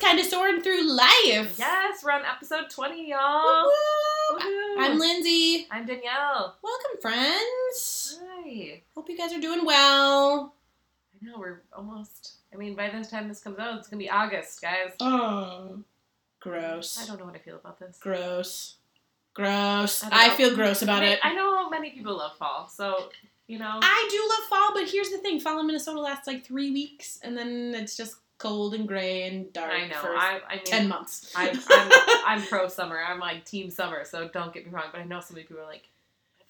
kind of soaring through life. Yes, we're on episode 20, Whoop, y'all. whoop. Woohoo. I'm Lindsay. I'm Danielle. Welcome, friends. Hi. Hope you guys are doing well. I know we're almost. I mean, by the time this comes out, it's gonna be August, guys. Oh, I gross. don't know what I feel about this. Gross. Gross. I don't I, know. feel gross about I, it. I know many people love fall, so you know. I do love fall, but here's the thing: fall in Minnesota lasts like three weeks, and then it's just cold and gray and dark I know. for I, I mean, ten months. I'm, I'm, I'm pro summer. I'm like team summer, so don't get me wrong. But I know so many people are like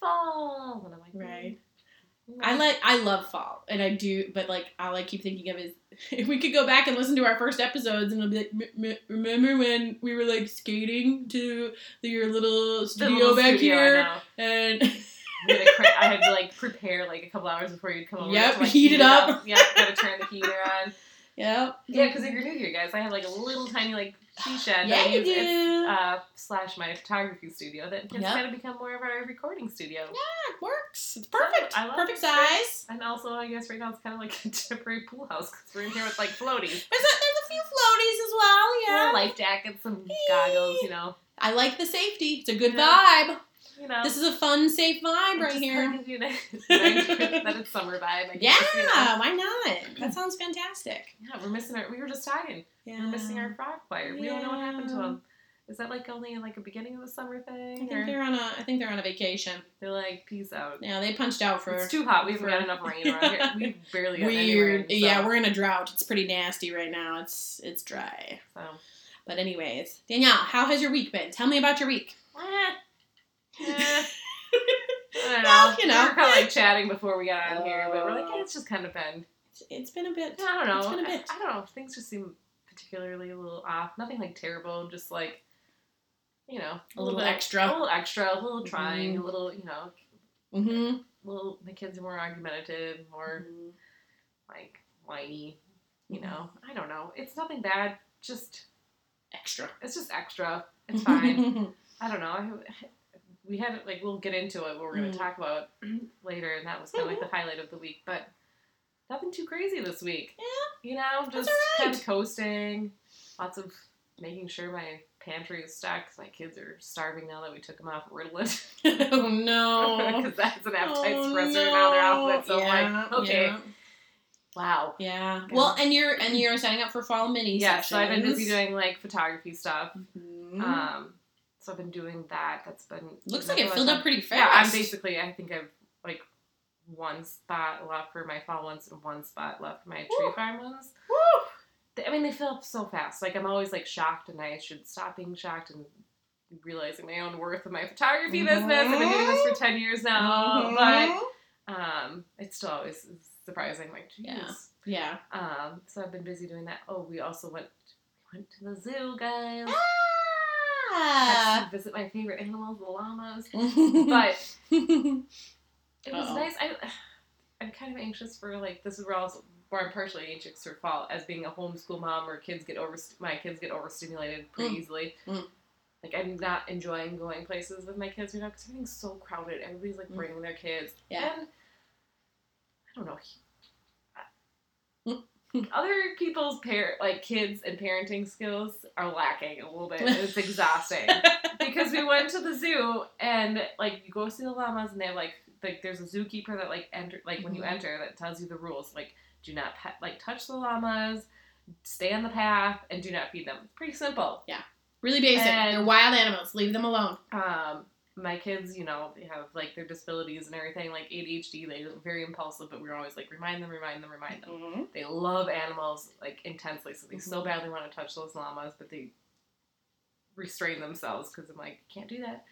fall, and I'm like Right. mm, I like I love fall, and I do, but like all I keep thinking of is if we could go back and listen to our first episodes, and it'll be like, "M- m- remember when we were like skating to your little the studio little back studio, I here, know. and I'm gonna cra- I had to like prepare like a couple hours before you'd come over. Yep, to, like, heat it up. Yep, gotta turn the heater on. yep, Yeah, because if you're new here, guys, I have like a little tiny like she shed. yeah, that I you use as, do. Uh, slash my photography studio that has Yep. kind of become more of our recording studio. it works. It's perfect. I love perfect it. size. And also, I guess right now it's kind of like a temporary pool house because we're in here with like floaties, There's a, there's a few floaties as well. Yeah, little life jackets, some goggles, you know, I like the safety. It's a good Yeah. vibe. you know. This is a fun, safe vibe It right just here. kinda gives you that, that it's summer vibe. I guess, yeah, you know. why not? That sounds fantastic. yeah, we're missing our. We were just talking. Yeah. We're missing our frog choir. We don't know what happened to Yeah. them. Is that like only like a beginning of the summer I thing? think Or they're on a. I think they're on a vacation. they're like, peace out. Yeah, they punched out for It's too hot. We haven't got for- enough rain around here. We've barely gotten any rain, weird. so- Yeah, we're in a drought. It's pretty nasty right now. It's it's dry. so. But anyways, Danielle, how has your week been? Tell me about your week. Eh. Eh. I don't Well, know. you know. We were kind of like chatting before we got on here, but we're like, Oh. eh, it's just kind of been. It's- It's been a bit. I don't know. It's been a I, bit. I don't know. Things just seem particularly a little off. Nothing like terrible. Just like, you know, A little bit- extra. a little extra, a little trying, a little, you know, Mm-hmm. little the kids are more argumentative, more like whiny, you know. I don't know. It's nothing bad. Just Extra. it's just extra. It's fine. I don't know. I, we had like we'll get into it. What we're going to Mhm. talk about later, and that was kind of like the highlight of the week. But nothing too crazy this week. Yeah, you know, just all kind right. of coasting. Lots of making sure my pantry is stocked. 'cause My kids are starving now that we took them off Ritalin. oh no. because that's an appetite Oh, suppressor now they're off no. it. So I'm Yeah, like, okay, yeah. wow. Yeah. Okay. Well, and you're and you're signing up for fall mini Yeah, so sessions. I've been busy doing like photography stuff. Mhm. Um, so I've been doing that. That's been Looks like it filled up pretty fast. Yeah, I'm basically. I think I've like one spot left for my fall ones and one spot left for my tree Woo. farm ones. Woo! They- I mean, they fill up so fast. Like I'm always like shocked, and I should stop being shocked and realizing my own worth in my photography business. I've been doing Mm-hmm. this for ten years now, Mhm. but um, it's still always surprising. Like, geez. Yeah. yeah. Um, so I've been busy doing that. Oh, we also went went to the zoo, guys. Had Ah. to visit my favorite animals, the llamas. But it was Uh-oh. nice. I, I'm kind of anxious for like this is where I was where I'm partially anxious for fall as being a homeschool mom where kids get over my kids get overstimulated pretty Mm. easily. Mm. Like I'm not enjoying going places with my kids right now because everything's so crowded. Everybody's like Mm. bringing their kids. Yeah. And I don't know. Other people's parent, like kids and parenting skills, are lacking a little bit. and It's exhausting because we went to the zoo and like you go see the llamas and they have like like there's a zookeeper that like enter like when you Mhm. enter that tells you the rules like do not pet like touch the llamas, stay on the path, and do not feed them. It's pretty simple. really basic. And- They're wild animals. Leave them alone. Um, my kids, you know, they have like their disabilities and everything like ADHD. They're very impulsive, but we're always like remind them, remind them, remind them. They love animals like intensely, so they so badly want to touch those llamas, but they restrain themselves because I'm like, can't do that.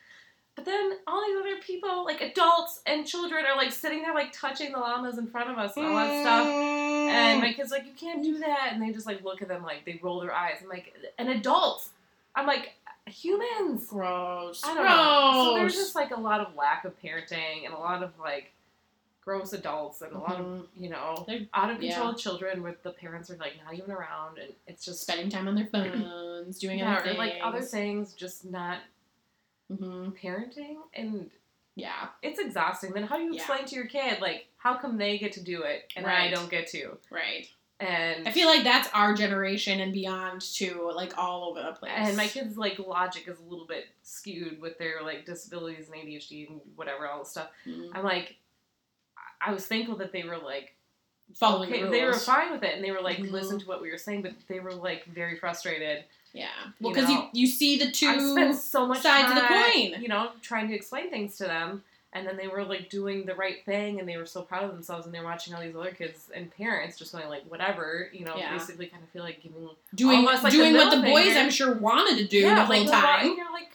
But then all these other people, like adults and children, are like sitting there like touching the llamas in front of us and all that stuff. And my kids like, you can't do that, and they just like look at them like they roll their eyes. I'm like, an adult. I'm like, humans. gross. I don't gross. know. So there's just like a lot of lack of parenting and a lot of like gross adults and a lot of Mhm. you know They're- out of control children where the parents are like not even around and it's just spending time on their phones, doing yeah, other or, things. like other things, just not hmm parenting and Yeah. it's exhausting. Then how do you Yeah. explain to your kid like how come they get to do it and I Right. don't get to? Right. And I feel like that's our generation and beyond too, like all over the place. and my kids' like logic is a little bit skewed with their like disabilities and ADHD and whatever all the stuff. Mhm. I'm like, I I was thankful that they were like following okay, the they were rules. fine with it and they were like Mhm. listen to what we were saying, but they were like very frustrated. yeah, well, you because you, know, you see the two. I spent so much sides of time, the coin. you know, trying to explain things to them, and then they were like doing the right thing, and they were so proud of themselves, and they're watching all these other kids and parents just going like whatever, you know, Yeah. basically kind of feel like giving doing almost like the doing what the middle boys finger. I'm sure wanted to do yeah, the whole like, why- time. And you're like,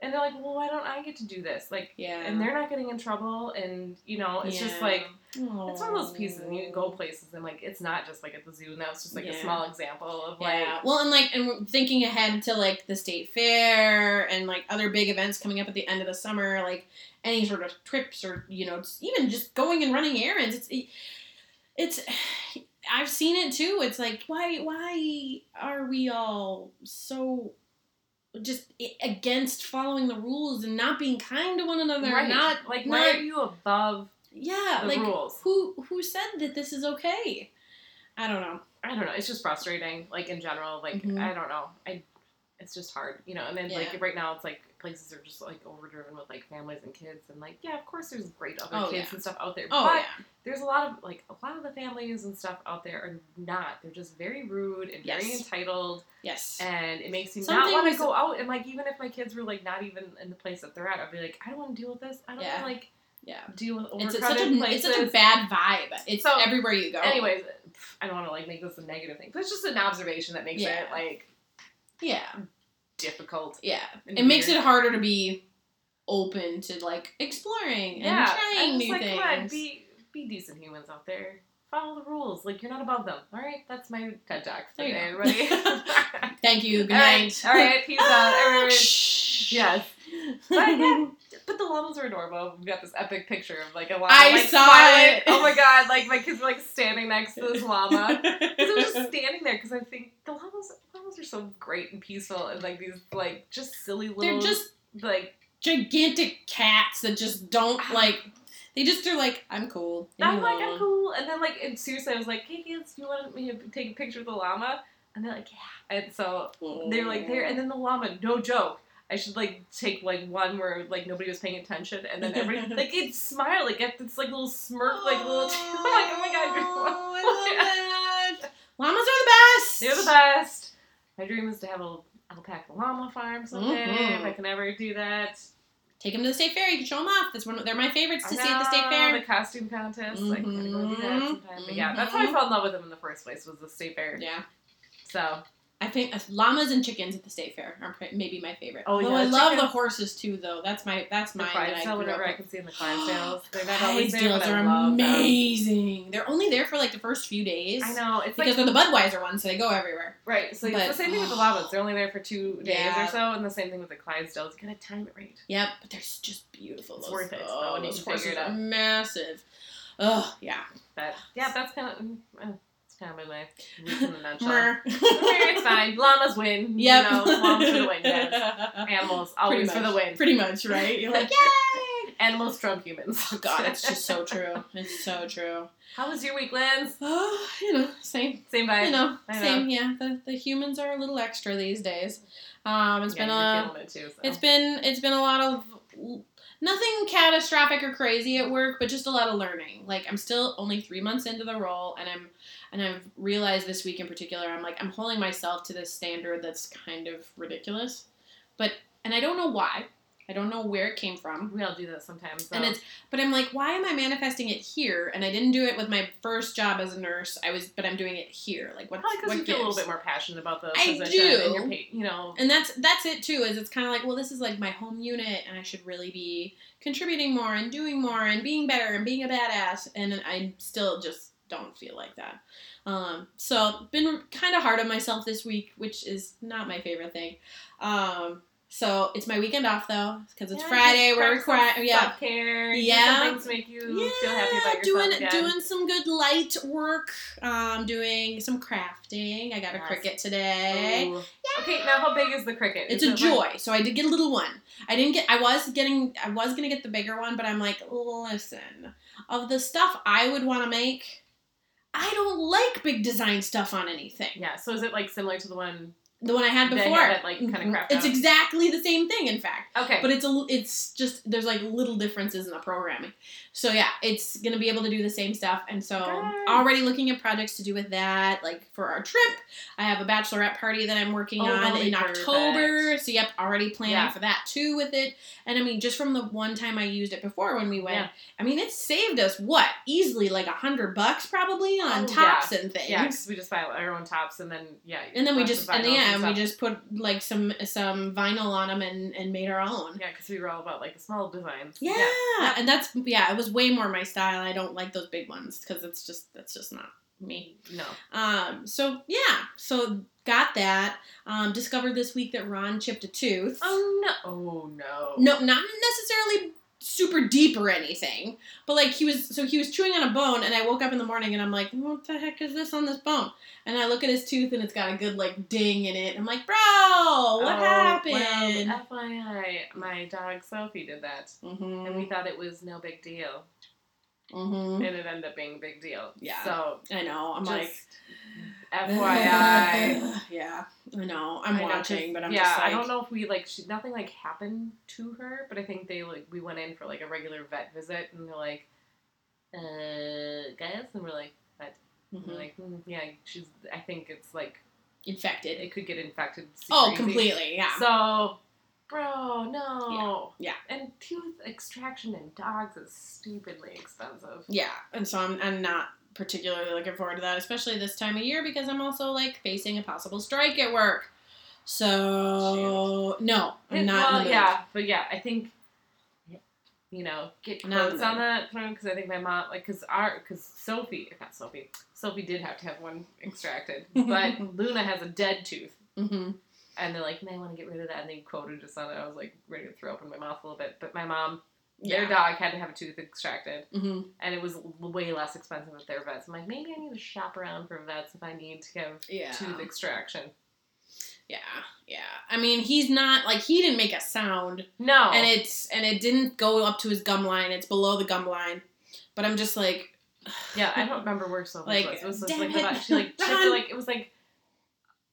and they're like, well, why don't I get to do this? Like, Yeah, and they're not getting in trouble, and you know, it's just Yeah. like. Aw. It's one of those pieces, and you go places, and like it's not just like at the zoo, and that was just like Yeah. a small example of like Yeah. Well, and like, and we're thinking ahead to like the state fair and like other big events coming up at the end of the summer, like any sort of trips or you know, just even just going and running errands. It's, it's. I've seen it too. It's like why why are we all so just i- against following the rules and not being kind to one another? Right. Not like not why are you above yeah. the like rules? who who said that this is okay? I don't know. I don't know. It's just frustrating. Like in general, like Mhm. I don't know. I it's just hard, you know. And then Yeah. like right now, it's like places are just like overdriven with like families and kids, and like yeah, of course there's great other Oh, kids yeah. and stuff out there, Oh but yeah. there's a lot of like a lot of the families and stuff out there are not. They're just very rude and very Yes. entitled, Yes. and it makes me Some not want to things- go out. And like even if my kids were like not even in the place that they're at, I'd be like, I don't want to deal with this. I don't Yeah. want to like Yeah. deal with It's overcrowded a- such a places. it's such a bad vibe. It's So, everywhere you go. Anyways, pff, I don't want to like make this a negative thing, but it's just an observation that makes Yeah. it like yeah, difficult. yeah. and It makes it weird. harder to be open to like exploring and yeah. trying I'm just new like, things. Come on, be be decent humans out there. Follow the rules. Like you're not above them. All right, that's my TED talk for There you today, go. everybody. all Thank you. Good right, night. all right, peace out, everybody. Shh. uh, Yes, But, yeah. but the llamas are adorable. We've got this epic picture of like a llama. I like, saw smiling. it. Oh my god! Like my kids were like standing next to this llama. Because I was just standing there because I think the llamas, llamas are so great and peaceful and like these like just silly They're little just like gigantic cats that just don't like. They just are like I'm cool. Leave Ah. me I'm like I'm alone." cool and then like and seriously I was like hey kids you want me to take a picture of the llama and they're like yeah and so they're like there and then the llama no joke I should like take like one where like nobody was paying attention and then everybody like it smile like get this like little smirk like little I'm like oh my god you're- Oh, I love that. Llamas are the best. They're the best. My dream is to have a alpaca llama farm someday. Mhm. If I can ever do that. Take them to the state fair. You can show them off. That's one. Of, they're my favorites to see at the state I know, fair. The costume contest. I gotta go do that Mhm. sometime. But yeah, that's how I Mhm. fell in love with them in the first place was the state fair. Yeah, So I think uh, llamas and chickens at the state fair are pr- maybe my favorite. Oh, Although yeah, I love the chickens. horses too, though. That's my that's the mine. that I Clydesdale, grew up whatever I with. Oh, can see in the Clydesdales. They're not always there, Clydesdales but are I love amazing. They're only there for like the first few days. them. I know. It's Because like they're the Budweiser ones, so they go everywhere. right. So but- it's the same thing with the llamas. They're only there for two days Yeah. or so, and the same thing with the Clydesdales. You gotta time it right. Yep, but they're s- just beautiful. It's those, worth it, though, Oh, when you those can figure horses it are out. massive. Oh yeah. But yeah, that's kind of. Uh, it's kind of my life. Roots in a nutshell. Mer. it's fine. Llamas win. Yep. You know, llamas for the win. Yes. Animals Pretty always much, for the win. Pretty much, right? You're like, yay! Animals trump humans. Oh God, it's just so true. It's so true. How was your week, Lance? Oh, you know, same. Same vibe. You know, I know. same. Yeah, the, the humans are a little extra these days. Um, it's Yeah, been you're a, feeling it too. So. it's been, it's been a lot of nothing catastrophic or crazy at work, but just a lot of learning. Like I'm still only three months into the role, and I'm, and I've realized this week in particular, I'm like I'm holding myself to this standard that's kind of ridiculous, but and I don't know why. I don't know where it came from. we all do that sometimes. So. And it's but I'm like, why am I manifesting it here? And I didn't do it with my first job as a nurse. I was but I'm doing it here. Like what, probably because what you feel a little gives? bit more passionate about the I position do. and your pa- you know. And that's that's it too, is it's kinda like, well, this is like my home unit and I should really be contributing more and doing more and being better and being a badass and I still just don't feel like that. Um, so been kind of hard on myself this week, which is not my favorite thing. Um, so it's my weekend off though, because it's Yeah, Friday. just We're practice some required. Yeah, Self-care. do Yeah. Some things to make you feel happy about yourself. doing again. doing some good light work. Um, doing some crafting. I got a Yes. cricket today. Ooh. Okay, now how big is the cricket? It's Is a it joy. Like, so I did get a little one. I didn't get. I was getting. I was gonna get the bigger one, but I'm like, listen, of the stuff I would want to make, I don't like big design stuff on anything. Yeah. So is it like similar to the one? The one I had They have before, mm-hmm, that, like, kinda crapped it's out. exactly the same thing, in fact. Okay. But it's a, l- it's just there's like little differences in the programming. So yeah, it's gonna be able to do the same stuff. And so Good. already looking at projects to do with that. Like for our trip, I have a bachelorette party that I'm working Oh, that'll on be in October. So yep, already planning Yeah. for that too with it. And I mean, just from the one time I used it before when we went, Yeah. I mean, it saved us what easily like a hundred bucks probably on Oh, tops and things. yeah, 'cause we just buy our own tops and then yeah. And then we lots of just and vinyls yeah, and we stuff. just put like some some vinyl on them and and made our own. yeah, because we were all about like the small designs. Yeah. and that's yeah, it was way more my style. I don't like those big ones because it's just that's just not me. No. Um, so yeah, so got that. Um, discovered this week that Ron chipped a tooth. Oh no. Oh no. No, not necessarily super deep or anything, but like he was so he was chewing on a bone, and I woke up in the morning and I'm like, what the heck is this on this bone? And I look at his tooth and it's got a good like ding in it. I'm like, bro, what Oh, happened? Well, FYI, my dog Sophie did that, and we mm-hmm. thought it was no big deal, Mm-hmm. and it ended up being a big deal. Yeah. So I know. I'm just like. FYI. yeah, I know. I I'm know, 'cause- watching, but I'm yeah, just like, I don't know if we like she, nothing like happened to her, but I think they like we went in for like a regular vet visit, and they're like, uh, guys, and we're like, vet, and we're Mhm. like, mm, yeah, she's. I think it's like infected. it could get infected. super oh, easy. completely. Yeah. So, bro, no. Yeah, And tooth extraction in dogs is stupidly expensive. yeah, and so I'm, I'm not particularly looking forward to that, especially this time of year because I'm also like facing a possible strike at work. So no, I'm not. in well, the mood. yeah, but yeah, I think you know, get Not in the quotes on that because I think my mom, like, because our, because Sophie, not Sophie, Sophie did have to have one extracted, but Luna has a dead tooth, Mhm. and they're like, "Man, I want to get rid of that," and they quoted us on it. I was like, ready to throw up in my mouth a little bit, but my mom, their Yeah. dog had to have a tooth extracted, Mhm. and it was l- way less expensive at their vets. I'm like, maybe I need to shop around for vets if I need to have Yeah. tooth extraction. Yeah. Yeah. I mean, he's not like he didn't make a sound. No, and it's and it didn't go up to his gum line. It's below the gum line, but I'm just like, yeah, I don't remember where so Like, was. It was just damn like, it, about- she like, she had to, Ron. like it was like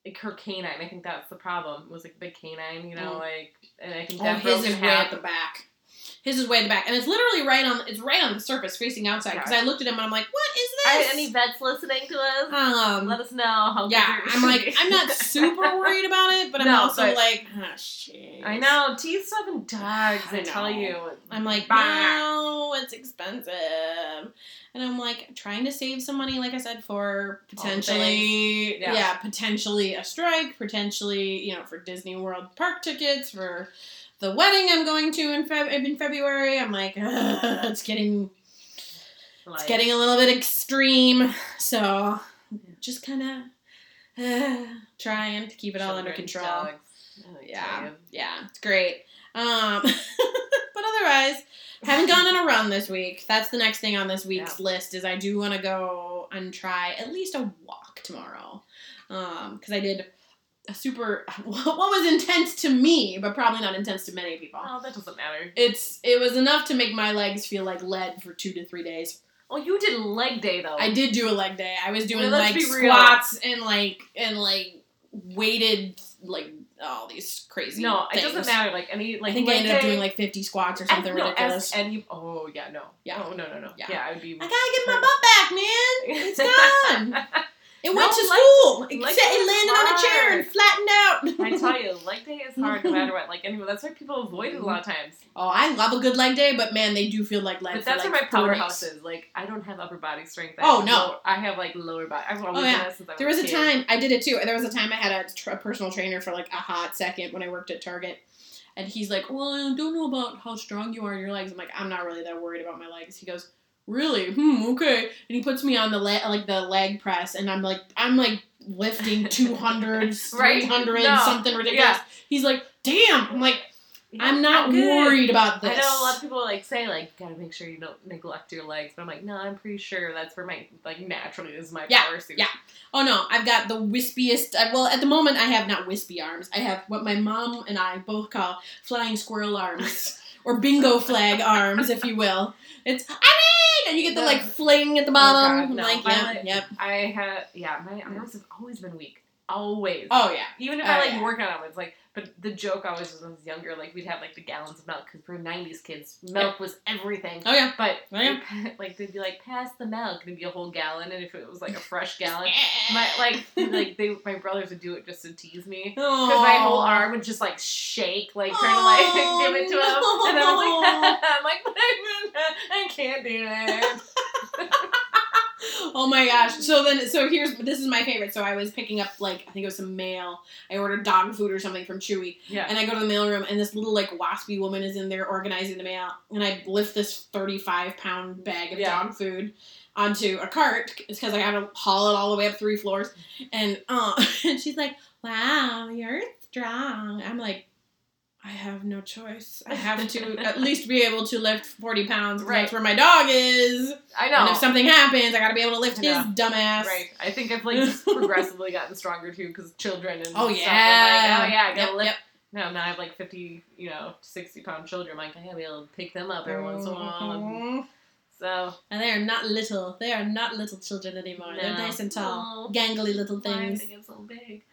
like her canine. I think that's the problem. It was like a big canine, you know, Mm. like and I think oh, that his broke in is way half. at the back. His is way at the back, and it's literally right on. It's right on the surface, facing outside. Because I looked at him and I'm like, what Are is this? any vets listening to us? um, Let us know. How big yeah, your- I'm like, I'm not super worried about it, but I'm No, also but- like, ah, shit. I know teeth stuff in dogs. I, I tell know. you, I'm like, Bah. no, it's expensive, and I'm like trying to save some money, like I said, for All the things. potentially, Yeah. yeah. potentially a strike, potentially, you know, for Disney World park tickets, for the wedding I'm going to in, Feb- in February. I'm like, "Ugh, it's getting, it's like, getting a little bit extreme, so just kind of uh, trying to keep it all under children, control. dogs. Oh, I tell Yeah. you. Yeah, it's great. Um, but otherwise, haven't gone on a run this week. That's the next thing on this week's list is I do want to go and try at least a walk tomorrow. Um, cuz I did a super what was intense to me, but probably not intense to many people. Oh, that doesn't matter. It's it was enough to make my legs feel like lead for 2 to 3 days. Oh, you did leg day though. I did do a leg day. I was doing Well, let's like be real. squats and like and like weighted like all these crazy No, it things. doesn't matter. Like any like I think I ended up leg day- doing like 50 squats or I- something no, ridiculous. ask any- oh yeah, no. Yeah. Oh no no no. Yeah, Yeah. I would be. I gotta get my butt back, man. It's gone. It No, went to like- school. It, like sat- it it's landed on a chair and flattened out. I tell you, leg day is hard no matter what. Like anyway, that's why people avoid it a lot of times. oh, I love a good leg day, but man, they do feel like lead. But for, that's like, where my four powerhouse weeks. is. Like I don't have upper body strength. I Oh, have no. lower- I have like lower body. I've always Oh, done yeah. that since I was There was a kid. time I did it too. There was a time I had a, tr- a personal trainer for like a hot second when I worked at Target, and he's like, "Well, I don't know about how strong you are in your legs." I'm like, "I'm not really that worried about my legs." He goes, "Really? Hmm, okay." And he puts me on the le- like the leg press, and I'm like, I'm like lifting 200s, Right? 300s, No. something ridiculous. Yeah. He's like, "Damn!" I'm like, Yeah, "I'm not good. worried about I this." know a lot of people like say like gotta make sure you don't neglect your legs, but I'm like no, I'm pretty sure that's where my like naturally is my Yeah, power suit. yeah. Oh no, I've got the wispiest. I, well, at the moment, I have not wispy arms. I have what my mom and I both call flying squirrel arms, or bingo flag arms, if you will. It's I and you get the The- like fling at the bottom. Oh, God, no. Like, My- yep, yep. I had yeah, my arms have always been weak. Always. Oh yeah. Even if Oh, I like yeah. work on them, it's like. But the joke always was when I was younger, like we'd have like the gallons of milk because we're '90s kids. Milk was everything. Oh yeah. But Oh, yeah. like they'd be like, pass the milk, and it'd be a whole gallon, and if it was like a fresh gallon, my like like they my brothers would do it just to tease me. Because my whole Aw. arm would just like shake, like trying to like give it to him, Oh, and I was like, no. I'm like, I can't do it. Oh my gosh. So then, so here's this is my favorite. So I was picking up like I think it was some mail. I ordered dog food or something from Chewy, Yeah. and I go to the mailroom, and this little like waspy woman is in there organizing the mail, and I lift this thirty-five pound bag of Yeah. dog food onto a cart. It's because I had to haul it all the way up three floors, and uh, and she's like, "Wow, you're strong." I'm like. I have no choice. I have to at least be able to lift 40 pounds. 'cause Right. That's where my dog is. I And know. if something happens, I gotta be able to lift I his know. dumbass. Right. I think I've like just progressively gotten stronger too because children and Oh, stuff, I'm like, yeah. oh yeah, I gotta Yep, lift. yep. No, now I have like fifty, you know, sixty pound children. I'm like I gotta be able to pick them up every once in a while. Mhm. So And they are not little. They are not little children anymore. They're No. nice and tall, Oh. gangly little mine things. get so big.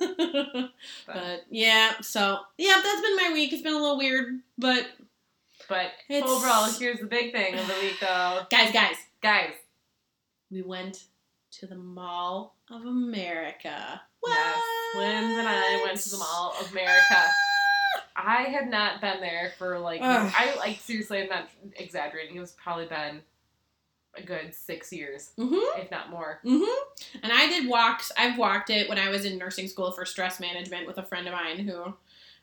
But, but yeah, so yeah, that's been my week. It's been a little weird, but but it's overall, here's the big thing of the week though, guys, guys, guys. we went to the Mall of America. What? Yes, Linz and I went to the Mall of America. I had not been there for like Ugh. I like seriously I'm not exaggerating. It was probably been a good six years, Mhm. if not more. Mm-hmm. And I did walks. I've walked it when I was in nursing school for stress management with a friend of mine who,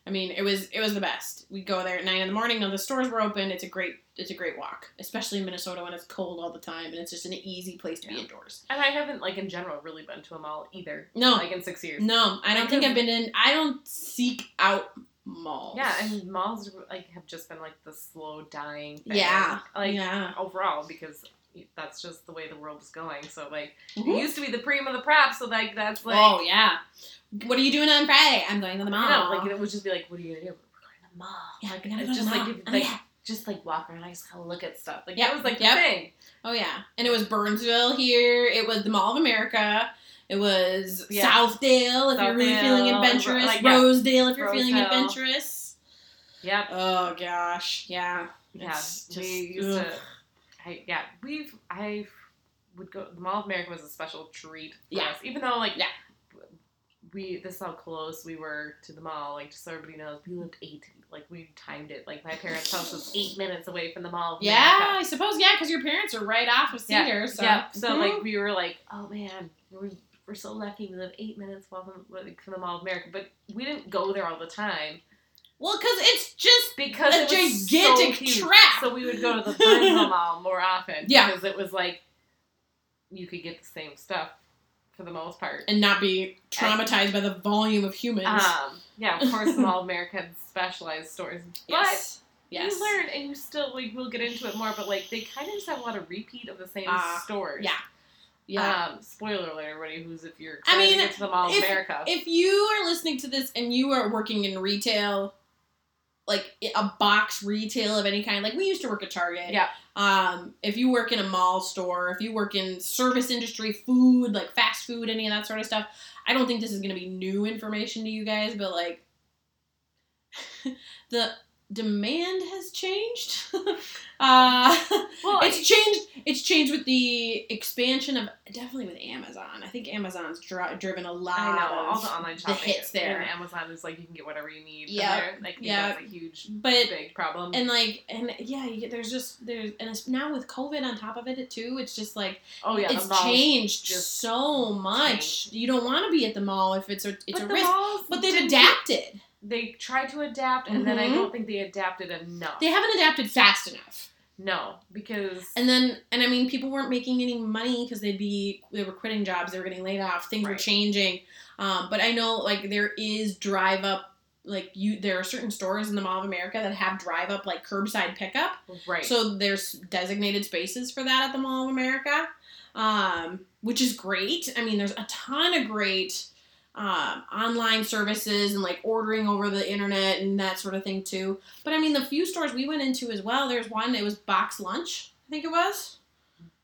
I mean, it was it was the best. We go there at nine in the morning. Now the stores were open. It's a great it's a great walk, especially in Minnesota when it's cold all the time and it's just an easy place to be Yeah. indoors. And I haven't like in general really been to a mall either. No, Like in six years. no, I don't think I've been in. I don't seek out malls. Yeah, and malls like have just been like the slow dying thing. Yeah. Like yeah. overall because that's just the way the world is going. So like Mhm. it used to be the cream of the crop, so like that's like oh yeah. What are you doing on Friday? I'm going to the mall. I know, like it would just be like, what are you gonna do? We're going to the mall. yeah, like we gotta it's go to just the like mall. if- Oh, like yeah. just like walk around, I just kind of look at stuff. Like Yep, that was like yep. the thing. Oh yeah, and it was Burnsville here. It was the Mall of America. It was Yeah. Southdale if you're really feeling Southdale, adventurous. like, yeah. Rosedale if you're feeling Rosedale. adventurous. Yep. Oh gosh, yeah, Yeah. It's just- we used ugh. to. I, yeah, we've I would go. The Mall of America was a special treat. For Yeah. Us, even though like Yeah. We this is how close we were to the mall. Like just so everybody knows, we lived eight. Like we timed it. Like my parents' house was eight minutes away from the Mall. Of America. yeah. I suppose yeah, because your parents are right off of Yeah, Cedar. So Yeah. So Mhm. like we were like, oh man, we're, we're so lucky. We live eight minutes while from, like, from the Mall of America, but we didn't go there all the time well, because it's just because A it was gigantic so huge. trap. So we would go to the Burnsville Mall more often. Yeah. Because it was like you could get the same stuff for the most part. and not be traumatized by the volume of humans. Um, yeah, of course, the Mall of America had specialized stores, but yes, yes. you learn and you still like. We'll get into it more, but like they kind of just have a lot of repeat of the same Ah, stores. yeah. Yeah. Um, spoiler alert, everybody who's if you're. I trying mean, to get to the Mall of if- America. if you are listening to this and you are working in retail like a box retail of any kind like we used to work at target Yeah. um if you work in a mall store if you work in service industry food like fast food any of that sort of stuff i don't think this is going to be new information to you guys but like the demand has changed uh well, it's changed. It's changed with the expansion of definitely with Amazon. I think Amazon's dri- driven a lot. I know all of- the online shopping. hits there. And Amazon is like you can get whatever you need. from Yeah. there. Like I think Yeah. that's a huge, But big problem. and like and yeah, you get, there's just there's and it's now with COVID on top of it too. It's just like oh yeah, it's the malls. changed just so much. You don't want to be at the mall if it's a it's But a the risk. malls But they've didn't- adapted. They tried to adapt, and then I Mhm. don't think they adapted enough. They haven't adapted fast enough. no, because And then, and I mean, people weren't making any money because they'd be they were quitting jobs, they were getting laid off, things were Right. changing. Um, but I know like there is drive up, like you there are certain stores in the Mall of America that have drive up like curbside pickup. right. So there's designated spaces for that at the Mall of America, um, which is great. I mean, there's a ton of great um, online services and like ordering over the internet and that sort of thing too. But I mean, the few stores we went into as well, there's one, it was Box Lunch, I think it was.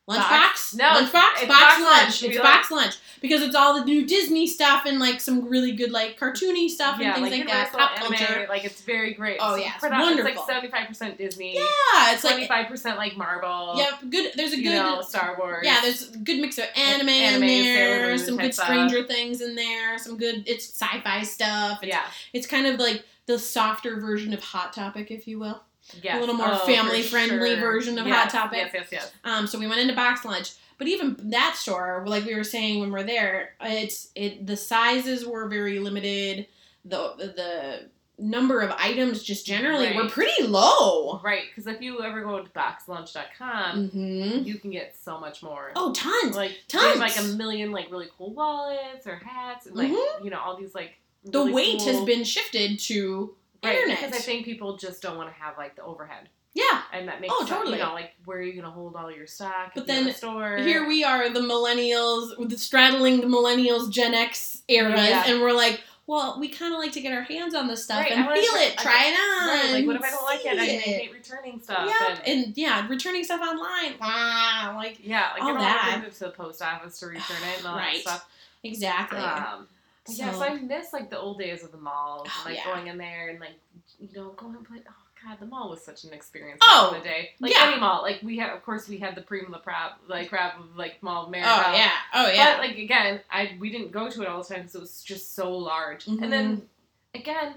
Lunchbox? No, Lunchbox? it's Box, box lunch. lunch. We It's box lunch. Because it's all the new Disney stuff and like some really good like cartoony stuff and yeah, things like, like that. Universal Pop anime, culture. Like it's very great. Oh, It's yeah, it's produ- It's wonderful. like seventy five percent Disney. Yeah, it's Twenty like five percent like Marvel. Yep, good there's a good you know, Star Wars. Yeah, there's a good mix of anime, Anime, in Sailor there, Moon some good type stuff. Stranger Things in there, some good it's sci-fi stuff. It's, yeah, it's kind of like the softer version of Hot Topic, if you will. yes. little more Oh, for family-friendly version of Yes, Hot Topic. Yes, yes, yes. Um, so we went into box lunch, but even that store, like we were saying when we are there, it's it the sizes were very limited. The the number of items just generally were Right. pretty low. Right, because if you ever go to boxlunch.com, Mm-hmm. you can get so much more. Oh, tons. Uh-huh. like tons. Mm-hmm. they have, like a million like really cool wallets or hats and like you know all these like the really weight has cool- been shifted to right, internet. because I think people just don't want to have like the overhead. yeah. and that makes Oh, sense, totally. you know like where are you gonna hold all your stock But if you have then a store Here we are, the millennials, with the straddling the millennials Gen X eras, Yeah. and we're like, well, we kind of like to get our hands on this stuff Right, and I feel wanna try- it, I- try it on. right, like what if I don't like it? I, I see hate returning stuff. Yep, and, and, yeah, returning stuff online. Wow, like yeah, like all I don't that. want to move to the post office to return it and all Right. that stuff. exactly. Um, but yeah, So- so I miss like the old days of the mall, Oh, like yeah. going in there and like you know going and play. Oh god, the mall was such an experience Oh, back in the day. Like yeah. any mall, like we had, of course, we had the cream of the crop, like crap of like mall of oh Maribel. yeah, oh yeah. But like again, I we didn't go to it all the time because it was just so large. Mhm. And then again,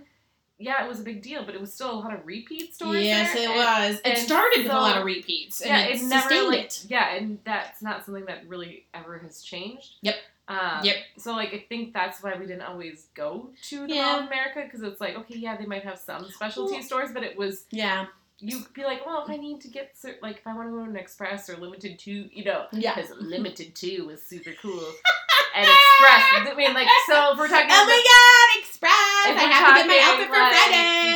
yeah, it was a big deal, but it was still a lot of repeat stores. yes, there, it and- was. it and started with a so- lot of repeats, and yeah, it, it never sustained like it. yeah, and that's not something that really ever has changed. Yep. Um, Yep. So like I think that's why we didn't always go to the Yeah. Mall of America because it's like okay yeah they might have some specialty Well- stores but it was Yeah, you could be like well if I need to get cer- like if I want to go to an Express or Limited Two you know yeah. because Limited Two was super cool and Express I mean like so if we're talking Oh about my God, Express! if I we're have to get my talking, outfit for like,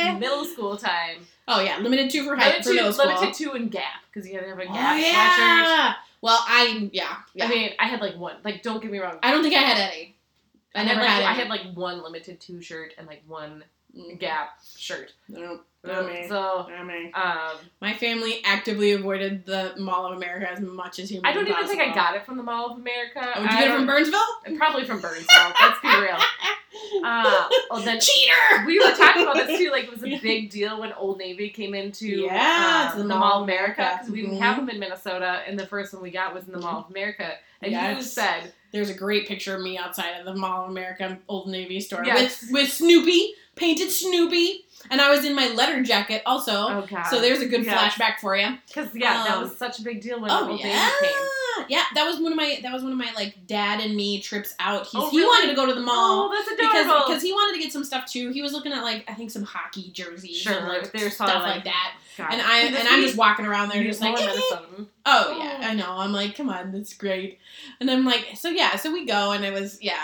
Friday. middle school time Oh yeah, limited two for high limited, for middle two, school. limited Two and Gap because you had to have a oh Gap sweatshirt. yeah. Well, I yeah, yeah. I mean, I had like one. Like, don't get me wrong. I don't think I had any. I, never like, had I any. had like one limited two shirt and like one Mm. Gap shirt. Nope. Not me. So, Not me. um, My family actively avoided the Mall of America as much as humanly I don't even think I possible. got it from the Mall of America. Oh, did you I get it from don't- Burnsville? Probably from Burnsville. let's be real. Uh, well, then Cheater! we were talking about this too. Like, it was a big deal when Old Navy came into Yeah, um, to the the Mall Mall of of America America. because we didn't Mhm. have them in Minnesota, and the first one we got was in the Mall of America. And you Yes. said, There's a great picture of me outside of the Mall of America Old Navy store Yes. with with Snoopy, painted Snoopy, and I was in my letter jacket also. "Oh God!" so there's a good Yes. flashback for you. because yeah, that um, was such a big deal when Oh Old yeah, Navy came. yeah. That was one of my that was one of my like dad and me trips out. He's, Oh, He really? wanted to go to the mall Oh, that's because adorable. because he wanted to get some stuff too. He was looking at like I think some hockey jerseys sure, and like there's stuff like that. God. And I and I'm just walking around there You just live like in "Eh, eh, Minnesota. Oh yeah, I know. I'm like, come on, that's great. And I'm like, so yeah, so we go, and it was yeah.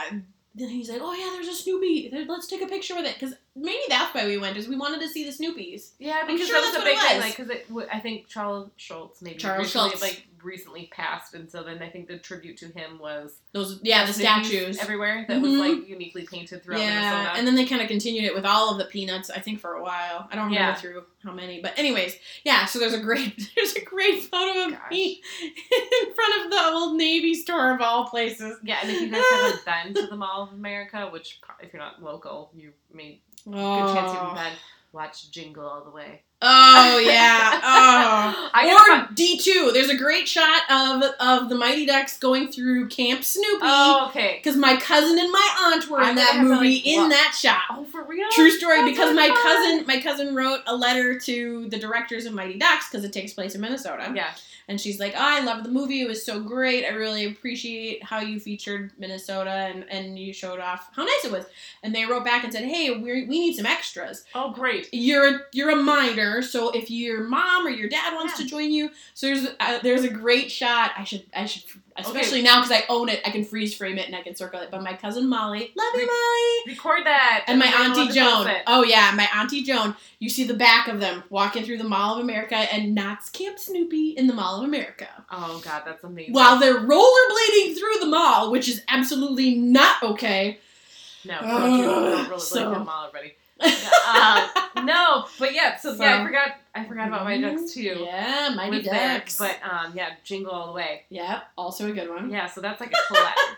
Then he's like, oh yeah, there's a Snoopy. There- Let's take a picture with it, because maybe that's why we went, is we wanted to see the Snoopies. Yeah, I'm because sure that was that's a what it big thing. was. Like, because it, w- I think Charles Schultz maybe Charles recently, Schultz. like recently passed, and so then I think the tribute to him was Those yeah, the Snoopy's statues. everywhere that Mhm. was like uniquely painted throughout Yeah, Minnesota. and then they kind of continued it with all of the peanuts. I think for a while. I don't remember Yeah. through how many, but anyways, yeah. So there's a great there's a great photo of Gosh. me in front of the old Navy store of all places. yeah, and if you guys haven't been to the Mall of America, which pro- if you're not local, you may good Oh, chance you haven't been. Watch Jingle All the Way. oh yeah, oh. I gotta find- or D two. There's a great shot of of the Mighty Ducks going through Camp Snoopy oh okay. because my cousin and my aunt were in I'm that gonna have to, movie like, in wa- that shot. Oh for real? True story. That's Because so my fun. cousin my cousin wrote a letter to the directors of Mighty Ducks because it takes place in Minnesota, Yeah. and she's like, oh, "I love the movie. It was so great. I really appreciate how you featured Minnesota and and you showed off how nice it was." And they wrote back and said, "Hey, we we need some extras." Oh great. you're a, you're a minor, so if your mom or your dad wants Yeah. to join you, so there's uh, there's a great shot. I should I should especially now because I own it, I can freeze frame it and I can circle it. But my cousin Molly, love you, Re- Molly, Record that. and my Everybody auntie loves to post Joan. it. Oh yeah, my auntie Joan. You see the back of them walking through the Mall of America and Knott's Camp Snoopy in the Mall of America Oh god, that's amazing. while they're rollerblading through the mall, which is absolutely not okay. No, don't you, don't really So- like them all already. Um, no, but yeah, so, yeah, I So- forgot I forgot about my ducks too. Yeah, Mighty was there, Ducks. But um, yeah, Jingle All the Way. yeah, also a good one. Yeah, so that's like a classic.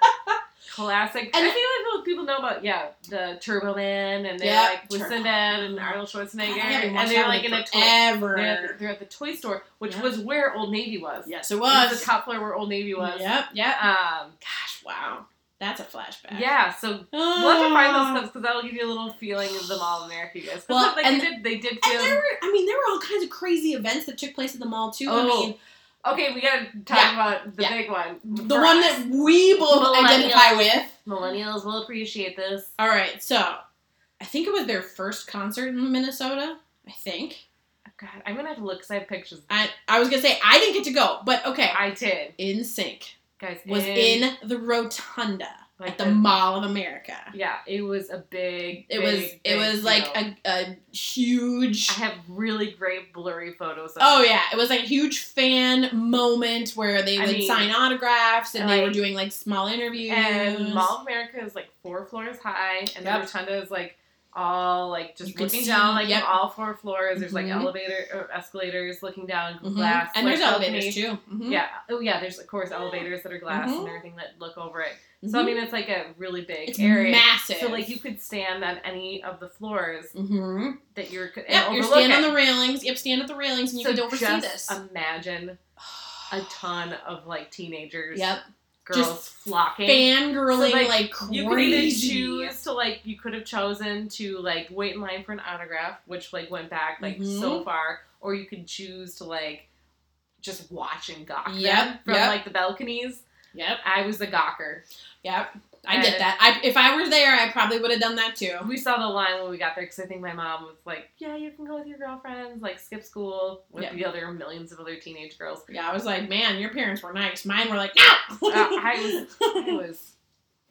classic. And I Mm-hmm. And- feel like people know about yeah the Turbo Man and they're Yeah, like with Turbo. Sinbad and Arnold Schwarzenegger God, I haven't and watched they're that like one in a toy. forever. They're at, the, they're at the toy store, which Yeah. was where Old Navy was. Yes, it It was was. the top floor where Old Navy was. Yep, yep. Um, Gosh, wow, that's a flashback. yeah, so Oh. We'll have to find those clips because that'll give you a little feeling of them all in there if you guys. 'Cause Well, like and- they did, they did And there feel. were, I mean, there were all kinds of crazy events that took place at the mall too. I Oh, mean, Okay, we gotta talk Yeah. about the Yeah. big one. the For one us. that we both Millennials. identify with. millennials will appreciate this. All right, so I think it was their first concert in Minnesota. I think God, I'm gonna have to look because I have pictures. I I was gonna say I didn't get to go, but okay. I did, In Sync guys. was and, in the rotunda like, at the Mall of America. Yeah, it was a big. It big, was it big was like deal. a, a huge. I have really great blurry photos. Of Oh it. yeah, it was like a huge fan moment where they I would mean, sign autographs and they were like- doing like small interviews. And Mall of America is like four floors high, and Yep. the rotunda is like all like just You can looking see, down, like yep. on all four floors. There's like Mhm. elevator or escalators looking down, Mhm. glass, and like, there's elevators balcony. too. Mhm. Yeah. Oh yeah. There's of course Yeah. elevators that are glass Mhm. and everything that look over it. So I Mhm. mean, it's like a really big it's area. massive. So like you could stand on any of the floors hmm that you're and Yep, you're overlook standing on it. the railings. Yep, stand at the railings, and you so can oversee just this. imagine a ton of like teenagers, yep, girls Just flocking. fangirling So, like, like, crazy. you could either choose to like you could have chosen to like wait in line for an autograph, which like went back like so Mm-hmm. far, or you could choose to like just watch and gawk them Yep, from yep. like the balconies. Yep, I was the gawker. yep. I And- get that. I, if I were there, I probably would have done that too. We saw the line when we got there because I think my mom was like, "Yeah, you can go with your girlfriends, like skip school with Yeah. the other millions of other teenage girls." Yeah, I was like, man, your parents were nice. Mine were like, no. Uh, I was, I was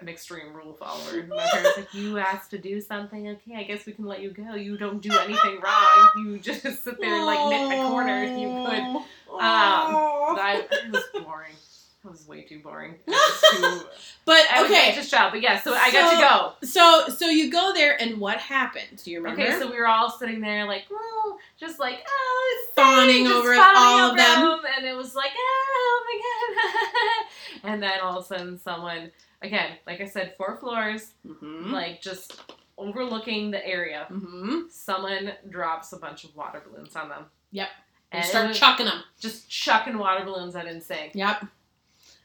an extreme rule follower. My parents like, "You asked to do something, okay? I guess we can let you go. You don't do anything wrong. You just sit there and like knit in a corner if you could." could. Um, That it was boring. That was way too boring. I was too. but I was an okay, anxious child, but yeah. So I got to So- go. so so you go there, and what happened? Do you remember? Okay, so we were all sitting there, like, oh, just like, oh, it's Fawning Sadie," just over fawning all of them. and it was like, oh my god. and then all of a sudden, someone, again, like I said, four floors, mm-hmm. like just overlooking the area, mm-hmm. someone drops a bunch of water balloons on them. Yep. And and it start was chucking them. just chucking water balloons at NSYNC. Yep.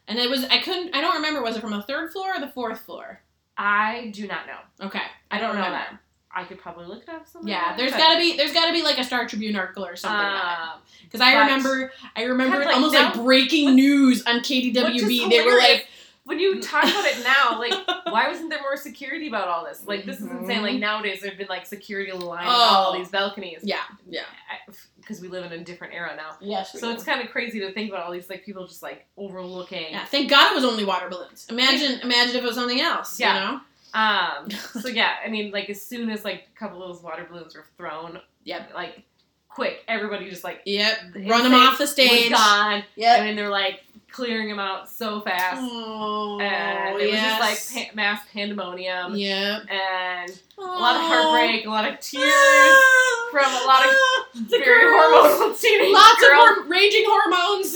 And it was I couldn't I don't remember was it from the third floor or the fourth floor? I do not know. Okay, I don't know remember. that. I could probably look it up somewhere. Yeah, there's but, got to be there's got to be like a Star Tribune article or something about um, it because I but- remember I remember Kind of it like almost now- like breaking news on Which is KDWB. They were hilarious. like, when you talk about it now, like why wasn't there more security about all this? Like this is insane. Like nowadays there've been like security lining all Mm-hmm. Oh. these balconies. yeah, yeah, Because we live in a different era now. yes. So it's kind of crazy to think about all these like people just like overlooking. yeah. Thank God it was only water balloons. Imagine imagine if it was something else. Yeah. You know. Um so yeah, I mean like as soon as like a couple of those water balloons were thrown, Yep. like quick, everybody just like Yep. The Run them insane off the was stage. gone. I Yep. mean they're like clearing them out so fast. Oh. And it was yes. just like pa- mass pandemonium Yep. and a lot of heartbreak, a lot of tears. Ah. from a lot of Ah. The very girls. hormonal teenage Lots of girls. horm- raging hormones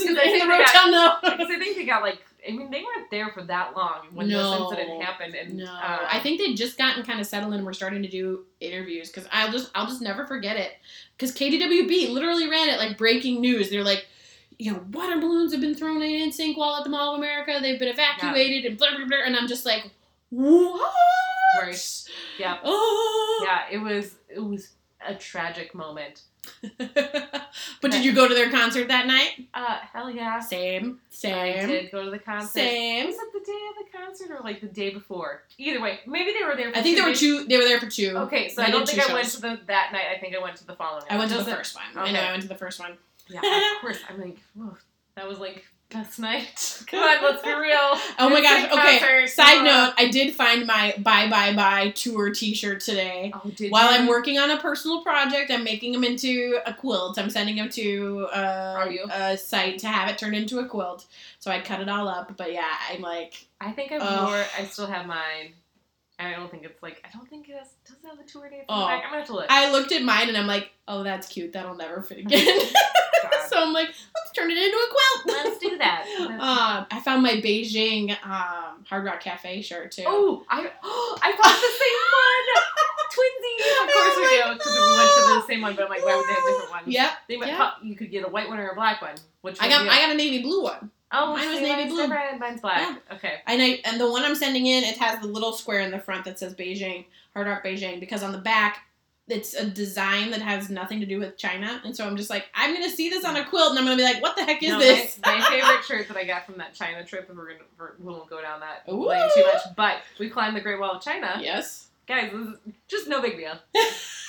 in, Because I in the think they rotunda. Because I think they got like, I mean, they weren't there for that long when this No. incident happened, and No, uh, I think they'd just gotten kind of settled and were starting to do interviews because I'll just I'll just never forget it because KDWB literally ran it like breaking news. They're like, you know, water balloons have been thrown in sync while at the Mall of America. They've been evacuated and blah blah blah. And I'm just like, what? Right. yeah, Oh. yeah, it was it was a tragic moment. but did you go to their concert that night? Uh, hell yeah, Same, I same, did go to the concert. same. Was it the day of the concert or like the day before? Either way, maybe they were there. For I think there were days. two. They were there for two. Okay, so They I don't did think two I went to shows. the that night. I think I went to the following. I night. went to the Doesn't- first one. I know okay. I went to the first one. Yeah, of course. I'm like, whoa, that was like best night. Come on, let's be real. Oh my It's a gosh. Okay. concert, Side come on. note, I did find my bye bye bye tour t shirt today. Oh, did While you? I'm working on a personal project, I'm making them into a quilt. I'm sending them to uh, Are you? a site to have it turned into a quilt. So I cut it all up. But yeah, I'm like, I think I Ugh. wore. I still have mine. And I don't think it's like I don't think it has does it have the tour dates? Oh. Oh. Back? I'm gonna have to look. I looked at mine and I'm like, oh, that's cute. That'll never fit again. God. so I'm like, let's turn it into a quilt. Let's do that. Um, I found my Beijing um, Hard Rock Cafe shirt too. oh, I I bought the same one. Twinsies. Of course we I'm do like, because we went to the same one. But I'm like, why would they have different ones? Yep. They might yeah. pop- you could get a white one or a black one. Which I one got do you I got a navy blue one. Oh, Mine was see, navy mine's blue. different. Mine's black. Okay. And I and the one I'm sending in, it has the little square in the front that says Beijing, Hard Rock Beijing, because on the back it's a design that has nothing to do with China. And so I'm just like, I'm gonna see this on a quilt and I'm gonna be like, what the heck is No, my- this? My, favorite shirt that I got from that China trip, and we're gonna we're, we won't go down that Ooh. lane too much. But we climbed the Great Wall of China. Yes. Guys, this is just no big deal.